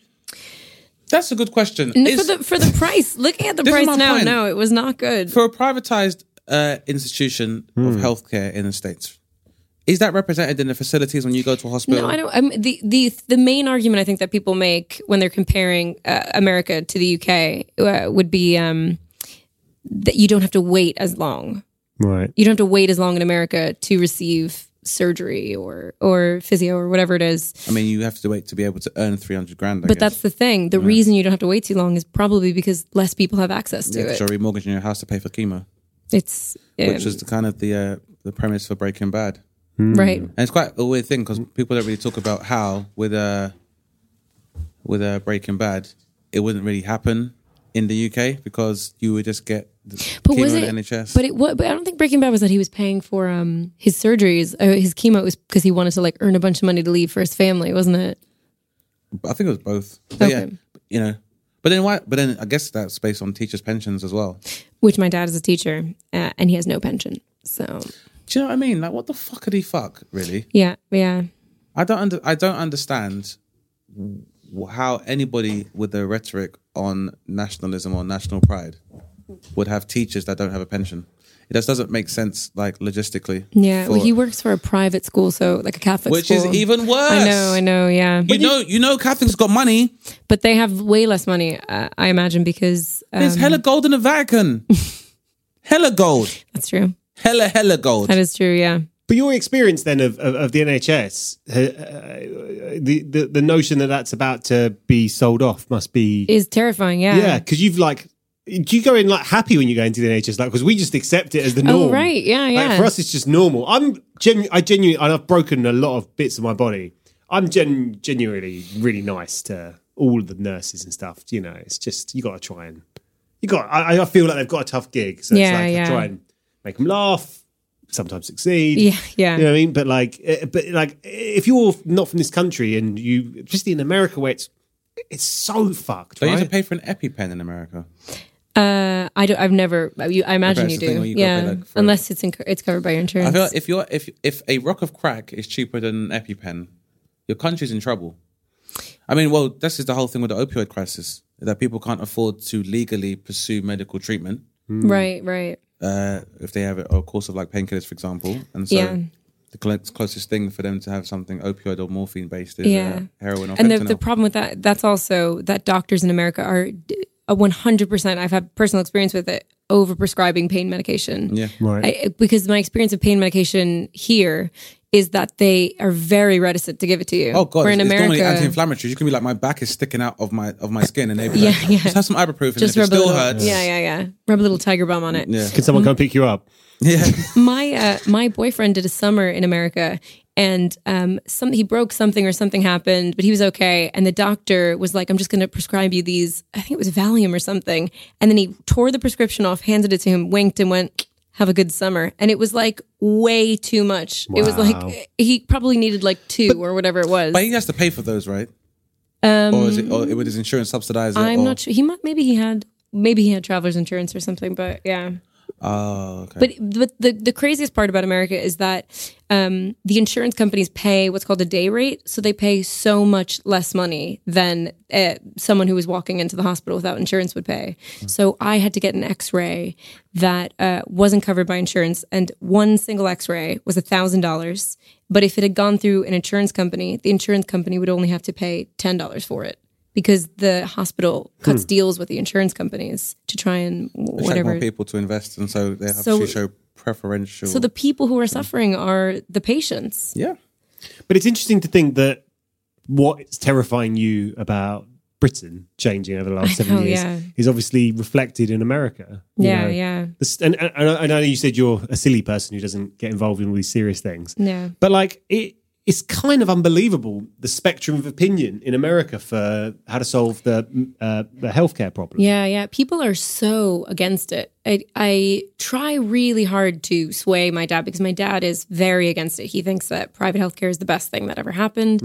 [SPEAKER 1] That's a good question.
[SPEAKER 3] No,
[SPEAKER 1] Is-
[SPEAKER 3] for the for the price, looking at the
[SPEAKER 1] This is my
[SPEAKER 3] price now,
[SPEAKER 1] point.
[SPEAKER 3] no, it was not good.
[SPEAKER 1] for a privatized uh, institution of healthcare in the states, is that represented in the facilities when you go to a hospital?
[SPEAKER 3] no, I don't. I'm, the the the main argument I think that people make when they're comparing uh, America to the UK uh, would be um, that you don't have to wait as long.
[SPEAKER 2] Right.
[SPEAKER 3] you don't have to wait as long in America to receive surgery or or physio or whatever it is.
[SPEAKER 1] I mean, you have to wait to be able to earn three hundred grand. I
[SPEAKER 3] But
[SPEAKER 1] guess.
[SPEAKER 3] that's the thing. The reason you don't have to wait too long is probably because less people have access to
[SPEAKER 1] yeah, 'cause
[SPEAKER 3] it.
[SPEAKER 1] you're remortgaging your house to pay for chemo,
[SPEAKER 3] It's um,
[SPEAKER 1] which is the kind of the uh, the premise for Breaking Bad.
[SPEAKER 3] right?
[SPEAKER 1] And it's quite a weird thing because people don't really talk about how with a with a Breaking Bad, it wouldn't really happen in the UK because you would just get the
[SPEAKER 3] But
[SPEAKER 1] chemo
[SPEAKER 3] was
[SPEAKER 1] and
[SPEAKER 3] it?
[SPEAKER 1] NHS.
[SPEAKER 3] But it what? But I don't think Breaking Bad was that he was paying for um his surgeries. Uh, his chemo was because he wanted to like earn a bunch of money to leave for his family, wasn't it?
[SPEAKER 1] But I think it was both. But yeah,
[SPEAKER 3] Okay.
[SPEAKER 1] you know. But then why? But then I guess that's based on teachers' pensions as well.
[SPEAKER 3] Which my dad is a teacher, uh, and he has no pension. So
[SPEAKER 1] Do you know what I mean? Like, what the fuckity fuck, really?
[SPEAKER 3] yeah, yeah.
[SPEAKER 1] I don't under, I don't understand w- how anybody with a rhetoric on nationalism or national pride would have teachers that don't have a pension. It just doesn't make sense, like logistically.
[SPEAKER 3] Yeah, well,
[SPEAKER 1] for-
[SPEAKER 3] he works for a private school, so like a Catholic
[SPEAKER 1] Which
[SPEAKER 3] school,
[SPEAKER 1] is even worse.
[SPEAKER 3] I know, I know, yeah.
[SPEAKER 1] You know, you know, Catholics got money.
[SPEAKER 3] but they have way less money, uh, I imagine, because uh,
[SPEAKER 1] There's hella gold in the Vatican. hella gold,
[SPEAKER 3] that's true.
[SPEAKER 1] hella hella gold.
[SPEAKER 3] That is true. Yeah,
[SPEAKER 2] But your experience then of, of, of the NHS, uh, uh, the, the the notion that that's about to be sold off must be
[SPEAKER 3] is terrifying. Yeah,
[SPEAKER 2] yeah, because you've like, do you go in like happy when you go into the NHS? Like, because we just accept it as the norm,
[SPEAKER 3] Oh right, yeah,
[SPEAKER 2] Like,
[SPEAKER 3] yeah.
[SPEAKER 2] for us, it's just normal. I'm genu- I genuinely, and I've broken a lot of bits of my body. I'm gen- genuinely really nice to all of the nurses and stuff. You know, it's just you got to try and you got. I, I feel like they've got a tough gig, so
[SPEAKER 3] Yeah,
[SPEAKER 2] it's like
[SPEAKER 3] yeah.
[SPEAKER 2] I try and make them laugh. Sometimes succeed.
[SPEAKER 3] Yeah, yeah.
[SPEAKER 2] You know what I mean? But like, eh, but like, if you're not from this country and you, just in America, where it's it's so fucked.
[SPEAKER 1] Don't you
[SPEAKER 2] right?
[SPEAKER 1] have to pay for an EpiPen in America?
[SPEAKER 3] Uh, I don't. I've never. You, I imagine
[SPEAKER 1] it's
[SPEAKER 3] you
[SPEAKER 1] the thing
[SPEAKER 3] do.
[SPEAKER 1] where you gotta
[SPEAKER 3] yeah,
[SPEAKER 1] pay, like, for-
[SPEAKER 3] unless it's in, it's covered by your insurance.
[SPEAKER 1] I feel like if you're if if a rock of crack is cheaper than an EpiPen, your country's in trouble. I mean, well, this is the whole thing with the opioid crisis that people can't afford to legally pursue medical treatment
[SPEAKER 3] right, right.
[SPEAKER 1] uh, if they have a course of like painkillers, for example, and so.
[SPEAKER 3] Yeah.
[SPEAKER 1] The cl- closest thing for them to have something opioid or morphine based is
[SPEAKER 3] Yeah.
[SPEAKER 1] uh, heroin or
[SPEAKER 3] and the,
[SPEAKER 1] fentanyl.
[SPEAKER 3] the problem with that that's also that doctors in america are uh, d- a 100% i've had personal experience with it over prescribing pain medication
[SPEAKER 1] Yeah.
[SPEAKER 2] Right.
[SPEAKER 3] I, because my experience of pain medication here is that they are very reticent to give it to you
[SPEAKER 1] Oh god,
[SPEAKER 3] Where
[SPEAKER 1] it's,
[SPEAKER 3] in
[SPEAKER 1] it's
[SPEAKER 3] america
[SPEAKER 1] normally anti-inflammatory. You can be like, my back is sticking out of my of my skin, and they be
[SPEAKER 3] Yeah,
[SPEAKER 1] like,
[SPEAKER 3] yeah.
[SPEAKER 1] just have some ibuprofen.
[SPEAKER 3] just
[SPEAKER 1] if it
[SPEAKER 3] rub a
[SPEAKER 1] still
[SPEAKER 3] little
[SPEAKER 1] hurts,
[SPEAKER 3] yeah yeah yeah rub a little tiger bomb on it
[SPEAKER 1] yeah,
[SPEAKER 2] Can
[SPEAKER 3] Mm-hmm.
[SPEAKER 2] someone come pick you up?
[SPEAKER 1] yeah.
[SPEAKER 3] my uh, my boyfriend did a summer in America, and um, some he broke something or something happened, but he was okay. And the doctor was like, "I'm just going to prescribe you these. I think it was Valium or something." And then he tore the prescription off, handed it to him, winked, and went. Have a good summer, and it was like way too much. It was like he probably needed like two or whatever it was.
[SPEAKER 1] But he has to pay for those, right?
[SPEAKER 3] Um,
[SPEAKER 1] or is it, or it would his insurance subsidize it?
[SPEAKER 3] I'm
[SPEAKER 1] or-
[SPEAKER 3] not sure. He might maybe he had maybe he had traveler's insurance or something, but yeah.
[SPEAKER 1] Oh, okay.
[SPEAKER 3] But but the the craziest part about America is that um, the insurance companies pay what's called a day rate, so they pay so much less money than uh, someone who was walking into the hospital without insurance would pay. So I had to get an X ray that uh, wasn't covered by insurance, and one single X ray was a thousand dollars. But if it had gone through an insurance company, the insurance company would only have to pay ten dollars for it. Because the hospital cuts deals with the insurance companies to try and
[SPEAKER 1] Attract
[SPEAKER 3] whatever
[SPEAKER 1] more people to invest, and so they have
[SPEAKER 3] So-
[SPEAKER 1] to show preferential.
[SPEAKER 3] so the people who are suffering are the patients.
[SPEAKER 1] yeah,
[SPEAKER 2] But it's interesting to think that what's terrifying you about Britain changing over the last seven
[SPEAKER 3] know,
[SPEAKER 2] years
[SPEAKER 3] yeah.
[SPEAKER 2] is obviously reflected in America. you
[SPEAKER 3] Yeah,
[SPEAKER 2] know.
[SPEAKER 3] yeah,
[SPEAKER 2] The s- And, and, and I- and I know you said you're a silly person who doesn't get involved in all these serious things.
[SPEAKER 3] yeah.
[SPEAKER 2] But like, it, it's kind of unbelievable the spectrum of opinion in America for how to solve the, uh, the healthcare problem.
[SPEAKER 3] Yeah, yeah. People are so against it. I, I try really hard to sway my dad because my dad is very against it. He thinks that private healthcare is the best thing that ever happened.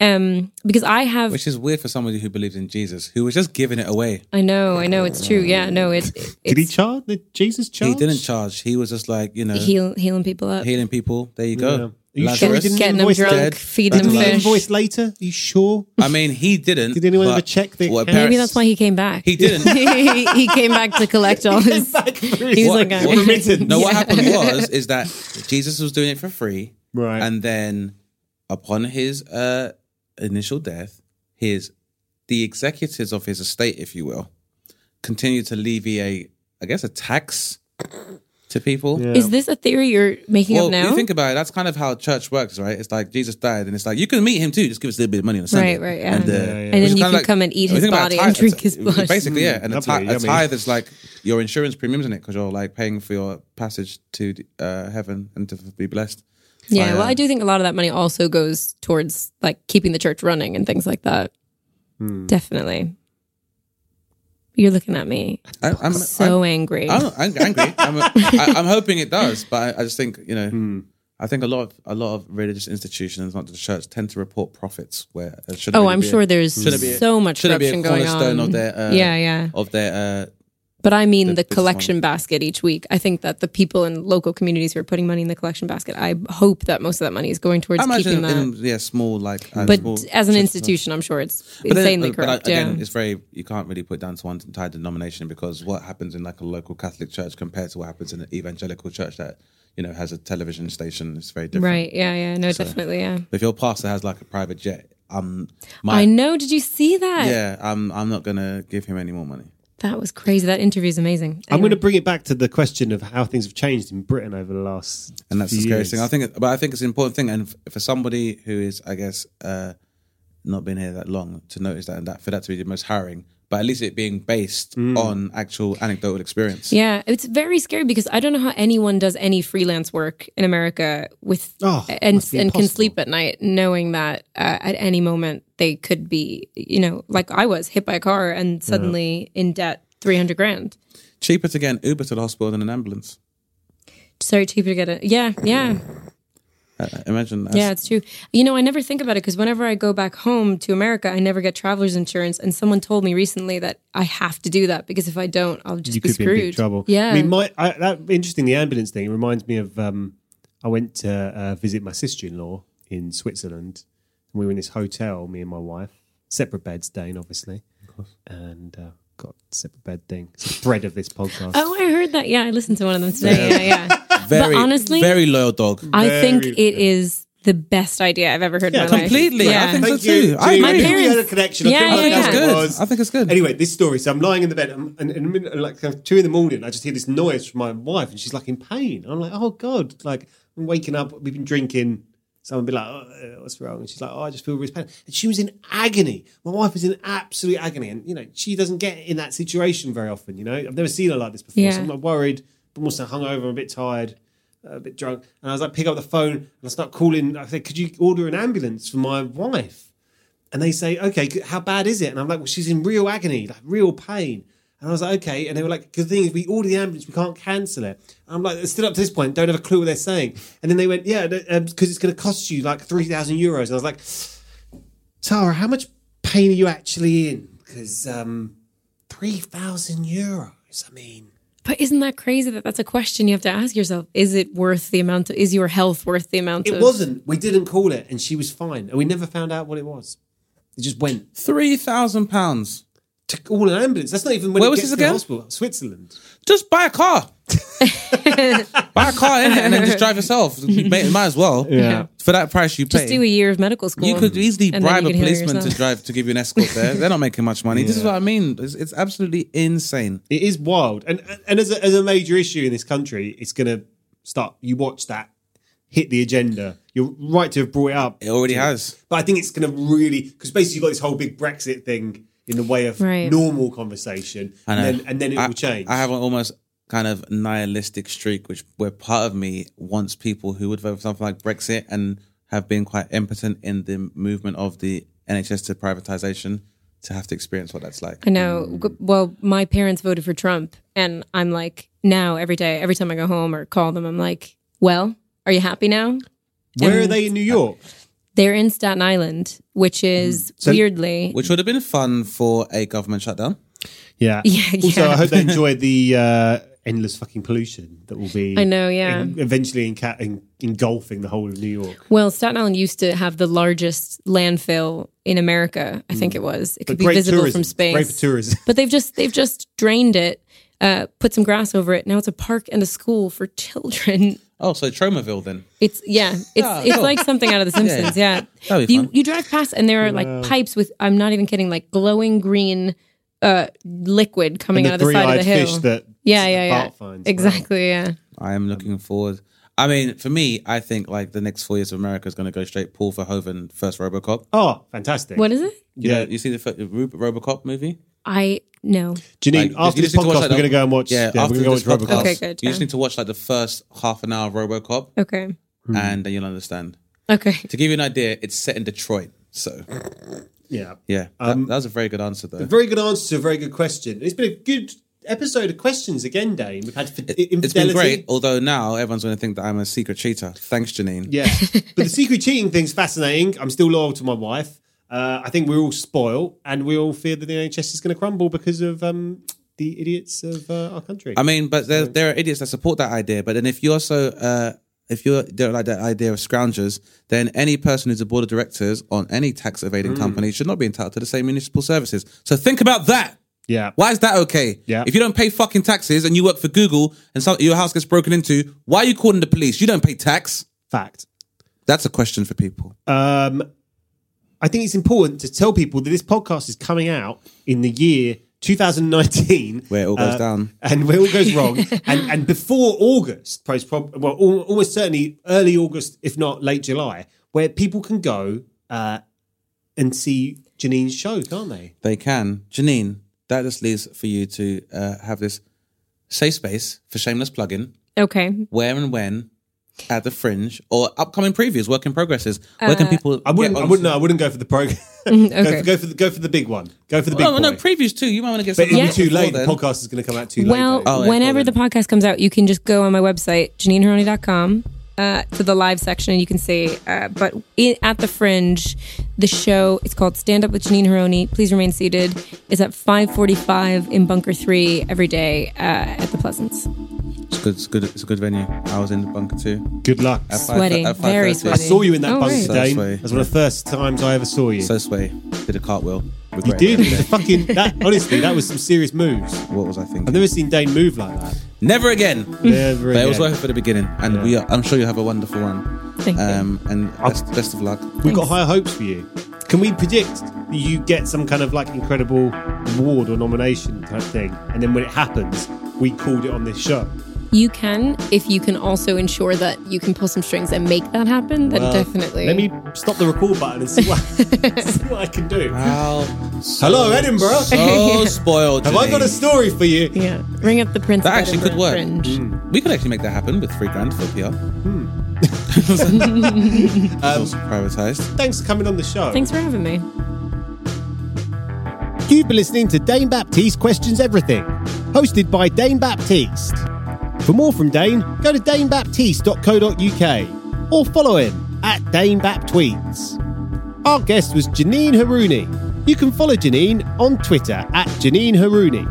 [SPEAKER 3] Um, because I have,
[SPEAKER 1] Hmm. which is weird for somebody who believes in Jesus, who was just giving it away.
[SPEAKER 3] I know, I know, it's true. Yeah, no, it, it
[SPEAKER 2] Did he
[SPEAKER 3] it's
[SPEAKER 2] charge? Did Jesus charge?
[SPEAKER 1] He didn't charge. He was just like you know
[SPEAKER 3] heal, healing people up,
[SPEAKER 1] healing people. There you
[SPEAKER 2] Yeah. Are
[SPEAKER 1] go.
[SPEAKER 2] you
[SPEAKER 1] Lazarus.
[SPEAKER 2] sure he
[SPEAKER 3] getting,
[SPEAKER 2] didn't
[SPEAKER 3] getting them
[SPEAKER 2] invoice
[SPEAKER 3] drunk,
[SPEAKER 1] dead,
[SPEAKER 3] feeding
[SPEAKER 1] back
[SPEAKER 2] Did
[SPEAKER 3] them
[SPEAKER 2] he
[SPEAKER 1] alive.
[SPEAKER 3] fish.
[SPEAKER 2] invoice later? Are you sure?
[SPEAKER 1] I mean, he didn't.
[SPEAKER 2] Did anyone
[SPEAKER 1] but-
[SPEAKER 2] ever check the
[SPEAKER 1] well,
[SPEAKER 2] account?
[SPEAKER 3] Maybe
[SPEAKER 1] apparent-
[SPEAKER 3] that's why he came back.
[SPEAKER 1] he didn't.
[SPEAKER 3] he, he came back to collect all his. He was
[SPEAKER 2] What-
[SPEAKER 3] like,
[SPEAKER 2] what-
[SPEAKER 3] "I'm-
[SPEAKER 2] remitted.
[SPEAKER 1] No, what happened was is that Jesus was doing it for free,
[SPEAKER 2] Right.
[SPEAKER 1] And then, upon his uh, initial death, his the executives of his estate, if you will, continued to levy a, I guess, a tax to people.
[SPEAKER 3] Is this a theory you're making
[SPEAKER 1] Well,
[SPEAKER 3] up now?
[SPEAKER 1] you think about it. That's kind of how church works, right? It's like Jesus died, and it's like you can meet him too. Just give us a little bit of money on a Sunday,
[SPEAKER 3] Right, right, yeah.
[SPEAKER 1] And, uh,
[SPEAKER 3] Yeah,
[SPEAKER 2] yeah. And
[SPEAKER 1] which
[SPEAKER 3] then
[SPEAKER 1] is
[SPEAKER 3] you
[SPEAKER 1] kinda
[SPEAKER 3] can come and eat
[SPEAKER 1] when you
[SPEAKER 3] his
[SPEAKER 1] think about
[SPEAKER 3] body
[SPEAKER 1] a
[SPEAKER 3] and
[SPEAKER 1] tithe,
[SPEAKER 3] drink
[SPEAKER 1] it's-
[SPEAKER 3] his blood.
[SPEAKER 1] Basically, yeah. And a,
[SPEAKER 2] lovely,
[SPEAKER 1] ti- a
[SPEAKER 2] yummy.
[SPEAKER 1] tithe is like your insurance premiums in it because you're like paying for your passage to uh, heaven and to be blessed.
[SPEAKER 3] Yeah,
[SPEAKER 1] I,
[SPEAKER 3] well,
[SPEAKER 1] uh,
[SPEAKER 3] I do think a lot of that money also goes towards like keeping the church running and things like that.
[SPEAKER 1] Hmm.
[SPEAKER 3] Definitely. You're looking at me
[SPEAKER 1] I, I'm
[SPEAKER 3] so angry.
[SPEAKER 1] I'm, I'm angry. I'm, I, I'm hoping it does, but I, I just think you know, I think a lot of a lot of religious institutions, not just the church, tend to report profits where it shouldn't.
[SPEAKER 3] oh,
[SPEAKER 1] really
[SPEAKER 3] I'm
[SPEAKER 1] be a- Hmm.
[SPEAKER 3] sure there's
[SPEAKER 1] shouldn't be a-
[SPEAKER 3] so much
[SPEAKER 1] shouldn't be a
[SPEAKER 3] corruption going
[SPEAKER 1] cornerstone
[SPEAKER 3] on.
[SPEAKER 1] of their, uh,
[SPEAKER 3] yeah, yeah.
[SPEAKER 1] of their. Uh,
[SPEAKER 3] But I mean
[SPEAKER 1] the
[SPEAKER 3] the,
[SPEAKER 1] business
[SPEAKER 3] collection basket each week. I think that the people in local communities who are putting money in the collection basket, I hope that most of that money is going towards
[SPEAKER 1] I
[SPEAKER 3] keeping
[SPEAKER 1] imagine
[SPEAKER 3] that.
[SPEAKER 1] in yeah, small like. uh,
[SPEAKER 3] but
[SPEAKER 1] small
[SPEAKER 3] as an
[SPEAKER 1] churches.
[SPEAKER 3] institution, I'm sure it's
[SPEAKER 1] But then-
[SPEAKER 3] insanely
[SPEAKER 1] but
[SPEAKER 3] corrupt.
[SPEAKER 1] again,
[SPEAKER 3] yeah.
[SPEAKER 1] it's very you can't really put it down to one entire denomination because what happens in like a local Catholic church compared to what happens in an evangelical church that you know has a television station is very different.
[SPEAKER 3] Right. Yeah. Yeah. No, definitely. Yeah.
[SPEAKER 1] If your pastor has like a private jet, um,
[SPEAKER 3] I
[SPEAKER 1] my
[SPEAKER 3] know. Did you see that?
[SPEAKER 1] yeah, I'm I'm not gonna give him any more money.
[SPEAKER 3] That was crazy. That interview is amazing.
[SPEAKER 2] I'm going to
[SPEAKER 3] Anyway.
[SPEAKER 2] bring it back to the question of how things have changed in Britain over the last.
[SPEAKER 1] And that's the
[SPEAKER 2] few
[SPEAKER 1] scariest thing. I
[SPEAKER 2] years.
[SPEAKER 1] think, it- but I think it's an important thing. And f- for somebody who is, I guess, uh, not been here that long to notice that and that for that to be the most harrowing, but at least it being based on actual anecdotal experience.
[SPEAKER 3] Mm. Yeah, it's very scary because I don't know how anyone does any freelance work in America with
[SPEAKER 2] Oh,
[SPEAKER 3] and
[SPEAKER 2] must be
[SPEAKER 3] and can
[SPEAKER 2] impossible.
[SPEAKER 3] sleep at night knowing that uh, at any moment they could be, you know, like I was hit by a car and suddenly in debt 300 grand.
[SPEAKER 1] Cheaper to get an Uber to the hospital than an ambulance.
[SPEAKER 3] Sorry, cheaper to get it. Yeah, yeah.
[SPEAKER 1] Uh, imagine that.
[SPEAKER 3] Yeah, it's true. You know, I never think about it because whenever I go back home to America, I never get traveler's insurance. And someone told me recently that I have to do that because if I don't, I'll just
[SPEAKER 2] you
[SPEAKER 3] be
[SPEAKER 2] could
[SPEAKER 3] screwed.
[SPEAKER 2] be in big trouble.
[SPEAKER 3] Yeah.
[SPEAKER 2] I mean, my I, that interesting. The ambulance thing it reminds me of. Um, I went to uh, visit my sister-in-law in Switzerland, and we were in this hotel. Me and my wife, separate beds, Dane, obviously, and uh, got separate bed thing. It's the bread of this podcast.
[SPEAKER 3] oh, I heard that. Yeah, I listened to one of them today. Yeah, yeah.
[SPEAKER 1] very,
[SPEAKER 3] but honestly-
[SPEAKER 1] very loyal dog.
[SPEAKER 3] I think it is the best idea I've ever heard
[SPEAKER 2] Yeah,
[SPEAKER 3] in my
[SPEAKER 1] completely.
[SPEAKER 3] life.
[SPEAKER 1] I think so
[SPEAKER 2] Thank
[SPEAKER 1] too.
[SPEAKER 2] you.
[SPEAKER 1] I
[SPEAKER 2] Julie,
[SPEAKER 3] agree.
[SPEAKER 2] I think we had a
[SPEAKER 3] Parents-
[SPEAKER 2] connection.
[SPEAKER 3] Yeah,
[SPEAKER 2] I
[SPEAKER 3] yeah,
[SPEAKER 2] think
[SPEAKER 3] yeah.
[SPEAKER 2] that's what
[SPEAKER 3] I
[SPEAKER 2] it
[SPEAKER 3] think
[SPEAKER 1] it's good.
[SPEAKER 2] was.
[SPEAKER 1] I think it's good.
[SPEAKER 2] Anyway, this story. So I'm lying in the bed, and, and, and in- like kind of two in the morning, I just hear this noise from my wife, and she's like in pain. I'm like, oh god, like I'm waking up. We've been drinking. Someone be like, oh, uh, what's wrong? And she's like, oh, I just feel really pain. And she was in agony. My wife was in absolute agony, and you know she doesn't get in that situation very often. You know, I've never seen her like this before.
[SPEAKER 3] Yeah.
[SPEAKER 2] So I'm like worried, but I'm also hungover, a bit tired a bit drunk, and I was like, pick up the phone and I start calling. I said, could you order an ambulance for my wife? And they say, okay, c- how bad is it? And I'm like, well, she's in real agony, like real pain. And I was like, okay. And they were like, good thing is we order the ambulance, we can't cancel it. And I'm like, still up to this point, don't have a clue what they're saying. And then they went, yeah, because it's going to cost you like 3,000 euros. And I was like, Tara, how much pain are you actually in? Because um, 3,000 euros, I mean.
[SPEAKER 3] But isn't that crazy that that's a question you have to ask yourself? Is it worth the amount? Of, is your health worth the amount?
[SPEAKER 2] It
[SPEAKER 3] of,
[SPEAKER 2] wasn't. We didn't call it, and she was fine, and we never found out what it was. It just went
[SPEAKER 1] Three thousand pounds.
[SPEAKER 2] to call an ambulance. That's not even when
[SPEAKER 1] Where
[SPEAKER 2] it
[SPEAKER 1] was
[SPEAKER 2] gets
[SPEAKER 1] this
[SPEAKER 2] to the
[SPEAKER 1] again?
[SPEAKER 2] hospital. Switzerland.
[SPEAKER 1] Just buy a car. buy a car innit? and then just drive yourself. You may, might as well.
[SPEAKER 2] Yeah.
[SPEAKER 1] For that price, you pay.
[SPEAKER 3] Just do a year of medical school.
[SPEAKER 1] You could easily
[SPEAKER 3] and then
[SPEAKER 1] bribe
[SPEAKER 3] you
[SPEAKER 1] a
[SPEAKER 3] can heal
[SPEAKER 1] policeman to
[SPEAKER 3] yourself.
[SPEAKER 1] drive to give you an escort there. They're not making much money. This is what I mean. It's, it's absolutely insane.
[SPEAKER 2] It is wild, and and as a, as a major issue in this country, it's going to start. You watch that hit the agenda. You're right to have brought it up.
[SPEAKER 1] It already has.
[SPEAKER 2] But I think it's going to really because basically you've got this whole big Brexit thing in the way of
[SPEAKER 3] Right.
[SPEAKER 2] normal conversation,
[SPEAKER 1] I know.
[SPEAKER 2] and then and then it
[SPEAKER 1] I-
[SPEAKER 2] will change.
[SPEAKER 1] I have an almost kind of nihilistic streak, which where part of me wants people who would vote for something like Brexit and have been quite impotent in the movement of the NHS to privatization to have to experience what that's like.
[SPEAKER 3] I know. G- Well, my parents voted for Trump, and I'm like now every day, every time I go home or call them, I'm like, "Well, are you happy now?"
[SPEAKER 2] Where are
[SPEAKER 3] and-
[SPEAKER 2] they in New York?
[SPEAKER 3] They're in Staten Island, which is weirdly
[SPEAKER 1] Which would have been fun for a government shutdown.
[SPEAKER 2] Yeah.
[SPEAKER 3] Yeah,
[SPEAKER 2] Also,
[SPEAKER 3] yeah.
[SPEAKER 2] I hope they enjoy the uh, endless fucking pollution that will be.
[SPEAKER 3] I know, yeah.
[SPEAKER 2] en- eventually enca- en- engulfing the whole of New York.
[SPEAKER 3] Well, Staten Island used to have the largest landfill in America. I think it was. It could be visible
[SPEAKER 2] Mm. tourism,
[SPEAKER 3] from space.
[SPEAKER 2] Great for tourism.
[SPEAKER 3] But they've just they've just drained it, uh, put some grass over it. Now it's a park and a school for children.
[SPEAKER 1] Oh, so Tromaville then.
[SPEAKER 3] It's yeah, it's
[SPEAKER 1] Ah,
[SPEAKER 3] it's
[SPEAKER 1] cool.
[SPEAKER 3] like something out of The Simpsons. Yeah,
[SPEAKER 1] That'd be
[SPEAKER 3] you
[SPEAKER 1] fun.
[SPEAKER 3] you drive past and there are like pipes with I'm not even kidding, like glowing green uh, liquid coming
[SPEAKER 2] And
[SPEAKER 3] out of the side of the
[SPEAKER 2] three-eyed
[SPEAKER 3] hill.
[SPEAKER 2] fish that
[SPEAKER 3] yeah,
[SPEAKER 2] that
[SPEAKER 3] yeah, yeah,
[SPEAKER 2] Bart finds.
[SPEAKER 3] exactly. Yeah,
[SPEAKER 1] I am looking forward. I mean, for me, I think like the next four years of America is going to go straight Paul Verhoeven first RoboCop.
[SPEAKER 2] Oh, fantastic.
[SPEAKER 3] what is it?
[SPEAKER 1] You
[SPEAKER 2] Yeah.
[SPEAKER 1] know, you see the fir- Ru- RoboCop movie.
[SPEAKER 3] I no.
[SPEAKER 2] Janine,
[SPEAKER 1] Like,
[SPEAKER 2] after
[SPEAKER 1] you
[SPEAKER 2] this
[SPEAKER 1] just need
[SPEAKER 2] podcast,
[SPEAKER 1] like,
[SPEAKER 2] we're
[SPEAKER 1] the-
[SPEAKER 2] going to go and watch.
[SPEAKER 1] Yeah,
[SPEAKER 2] we're
[SPEAKER 1] after
[SPEAKER 2] gonna go
[SPEAKER 1] this
[SPEAKER 2] watch
[SPEAKER 1] podcast,
[SPEAKER 2] Robocop.
[SPEAKER 3] Okay, good,
[SPEAKER 1] You just
[SPEAKER 3] yeah.
[SPEAKER 1] need to watch like the first half an hour of RoboCop,
[SPEAKER 3] Okay,
[SPEAKER 2] Hmm.
[SPEAKER 1] and then you'll understand.
[SPEAKER 3] Okay.
[SPEAKER 1] To give you an idea, it's set in Detroit. So
[SPEAKER 2] Yeah.
[SPEAKER 1] yeah, that, that was a very good answer though.
[SPEAKER 2] Um, Very good answer to a very good question. It's been a good episode of questions again, Dane. We've had fi- infidelity.
[SPEAKER 1] It's been great, although now everyone's going to think that I'm a secret cheater. Thanks, Janine.
[SPEAKER 2] Yeah. but the secret cheating thing's fascinating. I'm still loyal to my wife. Uh, I think we're all spoiled and we all fear that the NHS is going to crumble because of um, the idiots of uh, our country.
[SPEAKER 1] I mean, but there, there are idiots that support that idea. But then if you're so, uh, if you don't like that idea of scroungers, then any person who's a board of directors on any tax evading company should not be entitled to the same municipal services. So think about that.
[SPEAKER 2] yeah.
[SPEAKER 1] Why is that okay?
[SPEAKER 2] Yeah.
[SPEAKER 1] If you don't pay fucking taxes and you work for Google and some, your house gets broken into, why are you calling the police? You don't pay tax.
[SPEAKER 2] Fact.
[SPEAKER 1] That's a question for people.
[SPEAKER 2] Um, I think it's important to tell people that this podcast is coming out in the year 2019,
[SPEAKER 1] Where it all goes down.
[SPEAKER 2] Uh, and where it all goes wrong, and, and before August, post prob- well, al- almost certainly early August, if not late July, where people can go uh, and see Janine's show, can't they?
[SPEAKER 1] They can. Janine, that just leaves for you to uh, have this safe space for shameless plug-in.
[SPEAKER 3] Okay.
[SPEAKER 1] Where and when at the Fringe or upcoming previews, work in progresses. Where
[SPEAKER 3] Uh,
[SPEAKER 1] can people?
[SPEAKER 2] I wouldn't.
[SPEAKER 1] get
[SPEAKER 2] I
[SPEAKER 1] on-
[SPEAKER 2] wouldn't. No, I wouldn't go for the program. go,
[SPEAKER 3] okay.
[SPEAKER 2] for, go for the go for the big one. Go for the big
[SPEAKER 1] Oh, no,
[SPEAKER 2] boy.
[SPEAKER 1] previews too. You might want to get.
[SPEAKER 2] but it'll
[SPEAKER 1] something
[SPEAKER 2] be too
[SPEAKER 1] before
[SPEAKER 2] late.
[SPEAKER 1] then.
[SPEAKER 2] The podcast is going to come out too
[SPEAKER 3] Well,
[SPEAKER 2] late.
[SPEAKER 1] Oh, yeah,
[SPEAKER 3] whenever
[SPEAKER 1] well
[SPEAKER 3] the
[SPEAKER 1] then.
[SPEAKER 3] podcast comes out, you can just go on my website, JanineHaroney.com, uh, to the live section, and you can see. Uh, but i at the Fringe, the show it's called Stand Up with Janine Haroni. Please remain seated. It's at five forty-five in Bunker Three every day uh, at the Pleasance.
[SPEAKER 1] It's good. It's good. It's a good venue. I was in the bunker too.
[SPEAKER 2] Good luck.
[SPEAKER 1] At five-
[SPEAKER 3] Sweaty,
[SPEAKER 1] at
[SPEAKER 3] very
[SPEAKER 1] 5:30.
[SPEAKER 2] I
[SPEAKER 3] sweaty.
[SPEAKER 2] saw you in that
[SPEAKER 3] Oh,
[SPEAKER 2] bunker
[SPEAKER 3] right.
[SPEAKER 1] So
[SPEAKER 2] today.
[SPEAKER 1] sweaty.
[SPEAKER 2] That was one of the first times I ever saw you.
[SPEAKER 1] So sway did a cartwheel. With
[SPEAKER 2] You
[SPEAKER 1] great
[SPEAKER 2] did. It was a
[SPEAKER 1] effect.
[SPEAKER 2] fucking. That, honestly, that was some serious moves.
[SPEAKER 1] What was I thinking?
[SPEAKER 2] I've never seen Dane move like that.
[SPEAKER 1] Never again.
[SPEAKER 2] Never
[SPEAKER 1] But it was
[SPEAKER 2] again.
[SPEAKER 1] worth it for the beginning, and we are, I'm sure you'll have a wonderful run.
[SPEAKER 3] Thank you.
[SPEAKER 1] um, And best, best of luck.
[SPEAKER 2] We've got higher hopes for you. Can we predict that you get some kind of like incredible award or nomination type thing? And then when it happens, we called it on this show.
[SPEAKER 3] You can, if you can also ensure that you can pull some strings and make that happen, then definitely.
[SPEAKER 2] Let me stop the record button and see what, see what I can do.
[SPEAKER 1] Wow. So-
[SPEAKER 2] Hello, Edinburgh.
[SPEAKER 1] So spoiled.
[SPEAKER 2] Have I got a
[SPEAKER 1] Janine.
[SPEAKER 2] story for you?
[SPEAKER 3] yeah, ring up the Prince.
[SPEAKER 1] That
[SPEAKER 3] of
[SPEAKER 1] actually could work.
[SPEAKER 3] Edinburgh Fringe.
[SPEAKER 1] We could actually make that happen with three grand for PR. It's also privatized.
[SPEAKER 2] Thanks for coming on the show.
[SPEAKER 3] Thanks for having me.
[SPEAKER 2] You've been listening to Dane Baptiste Questions Everything, hosted by Dane Baptiste. For more from Dane, go to danebaptiste.co.uk or follow him at danebaptweets. Our guest was Janine Harouni. You can follow Janine on Twitter at Janine Harouni.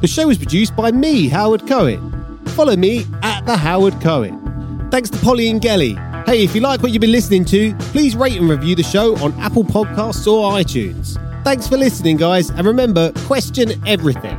[SPEAKER 2] The show was produced by me, Howard Cohen. Follow me at the Howard Cohen. Thanks to Polly and Gelly. Hey, if you like what you've been listening to, please rate and review the show on Apple Podcasts or iTunes. Thanks for listening, guys, and remember, question everything.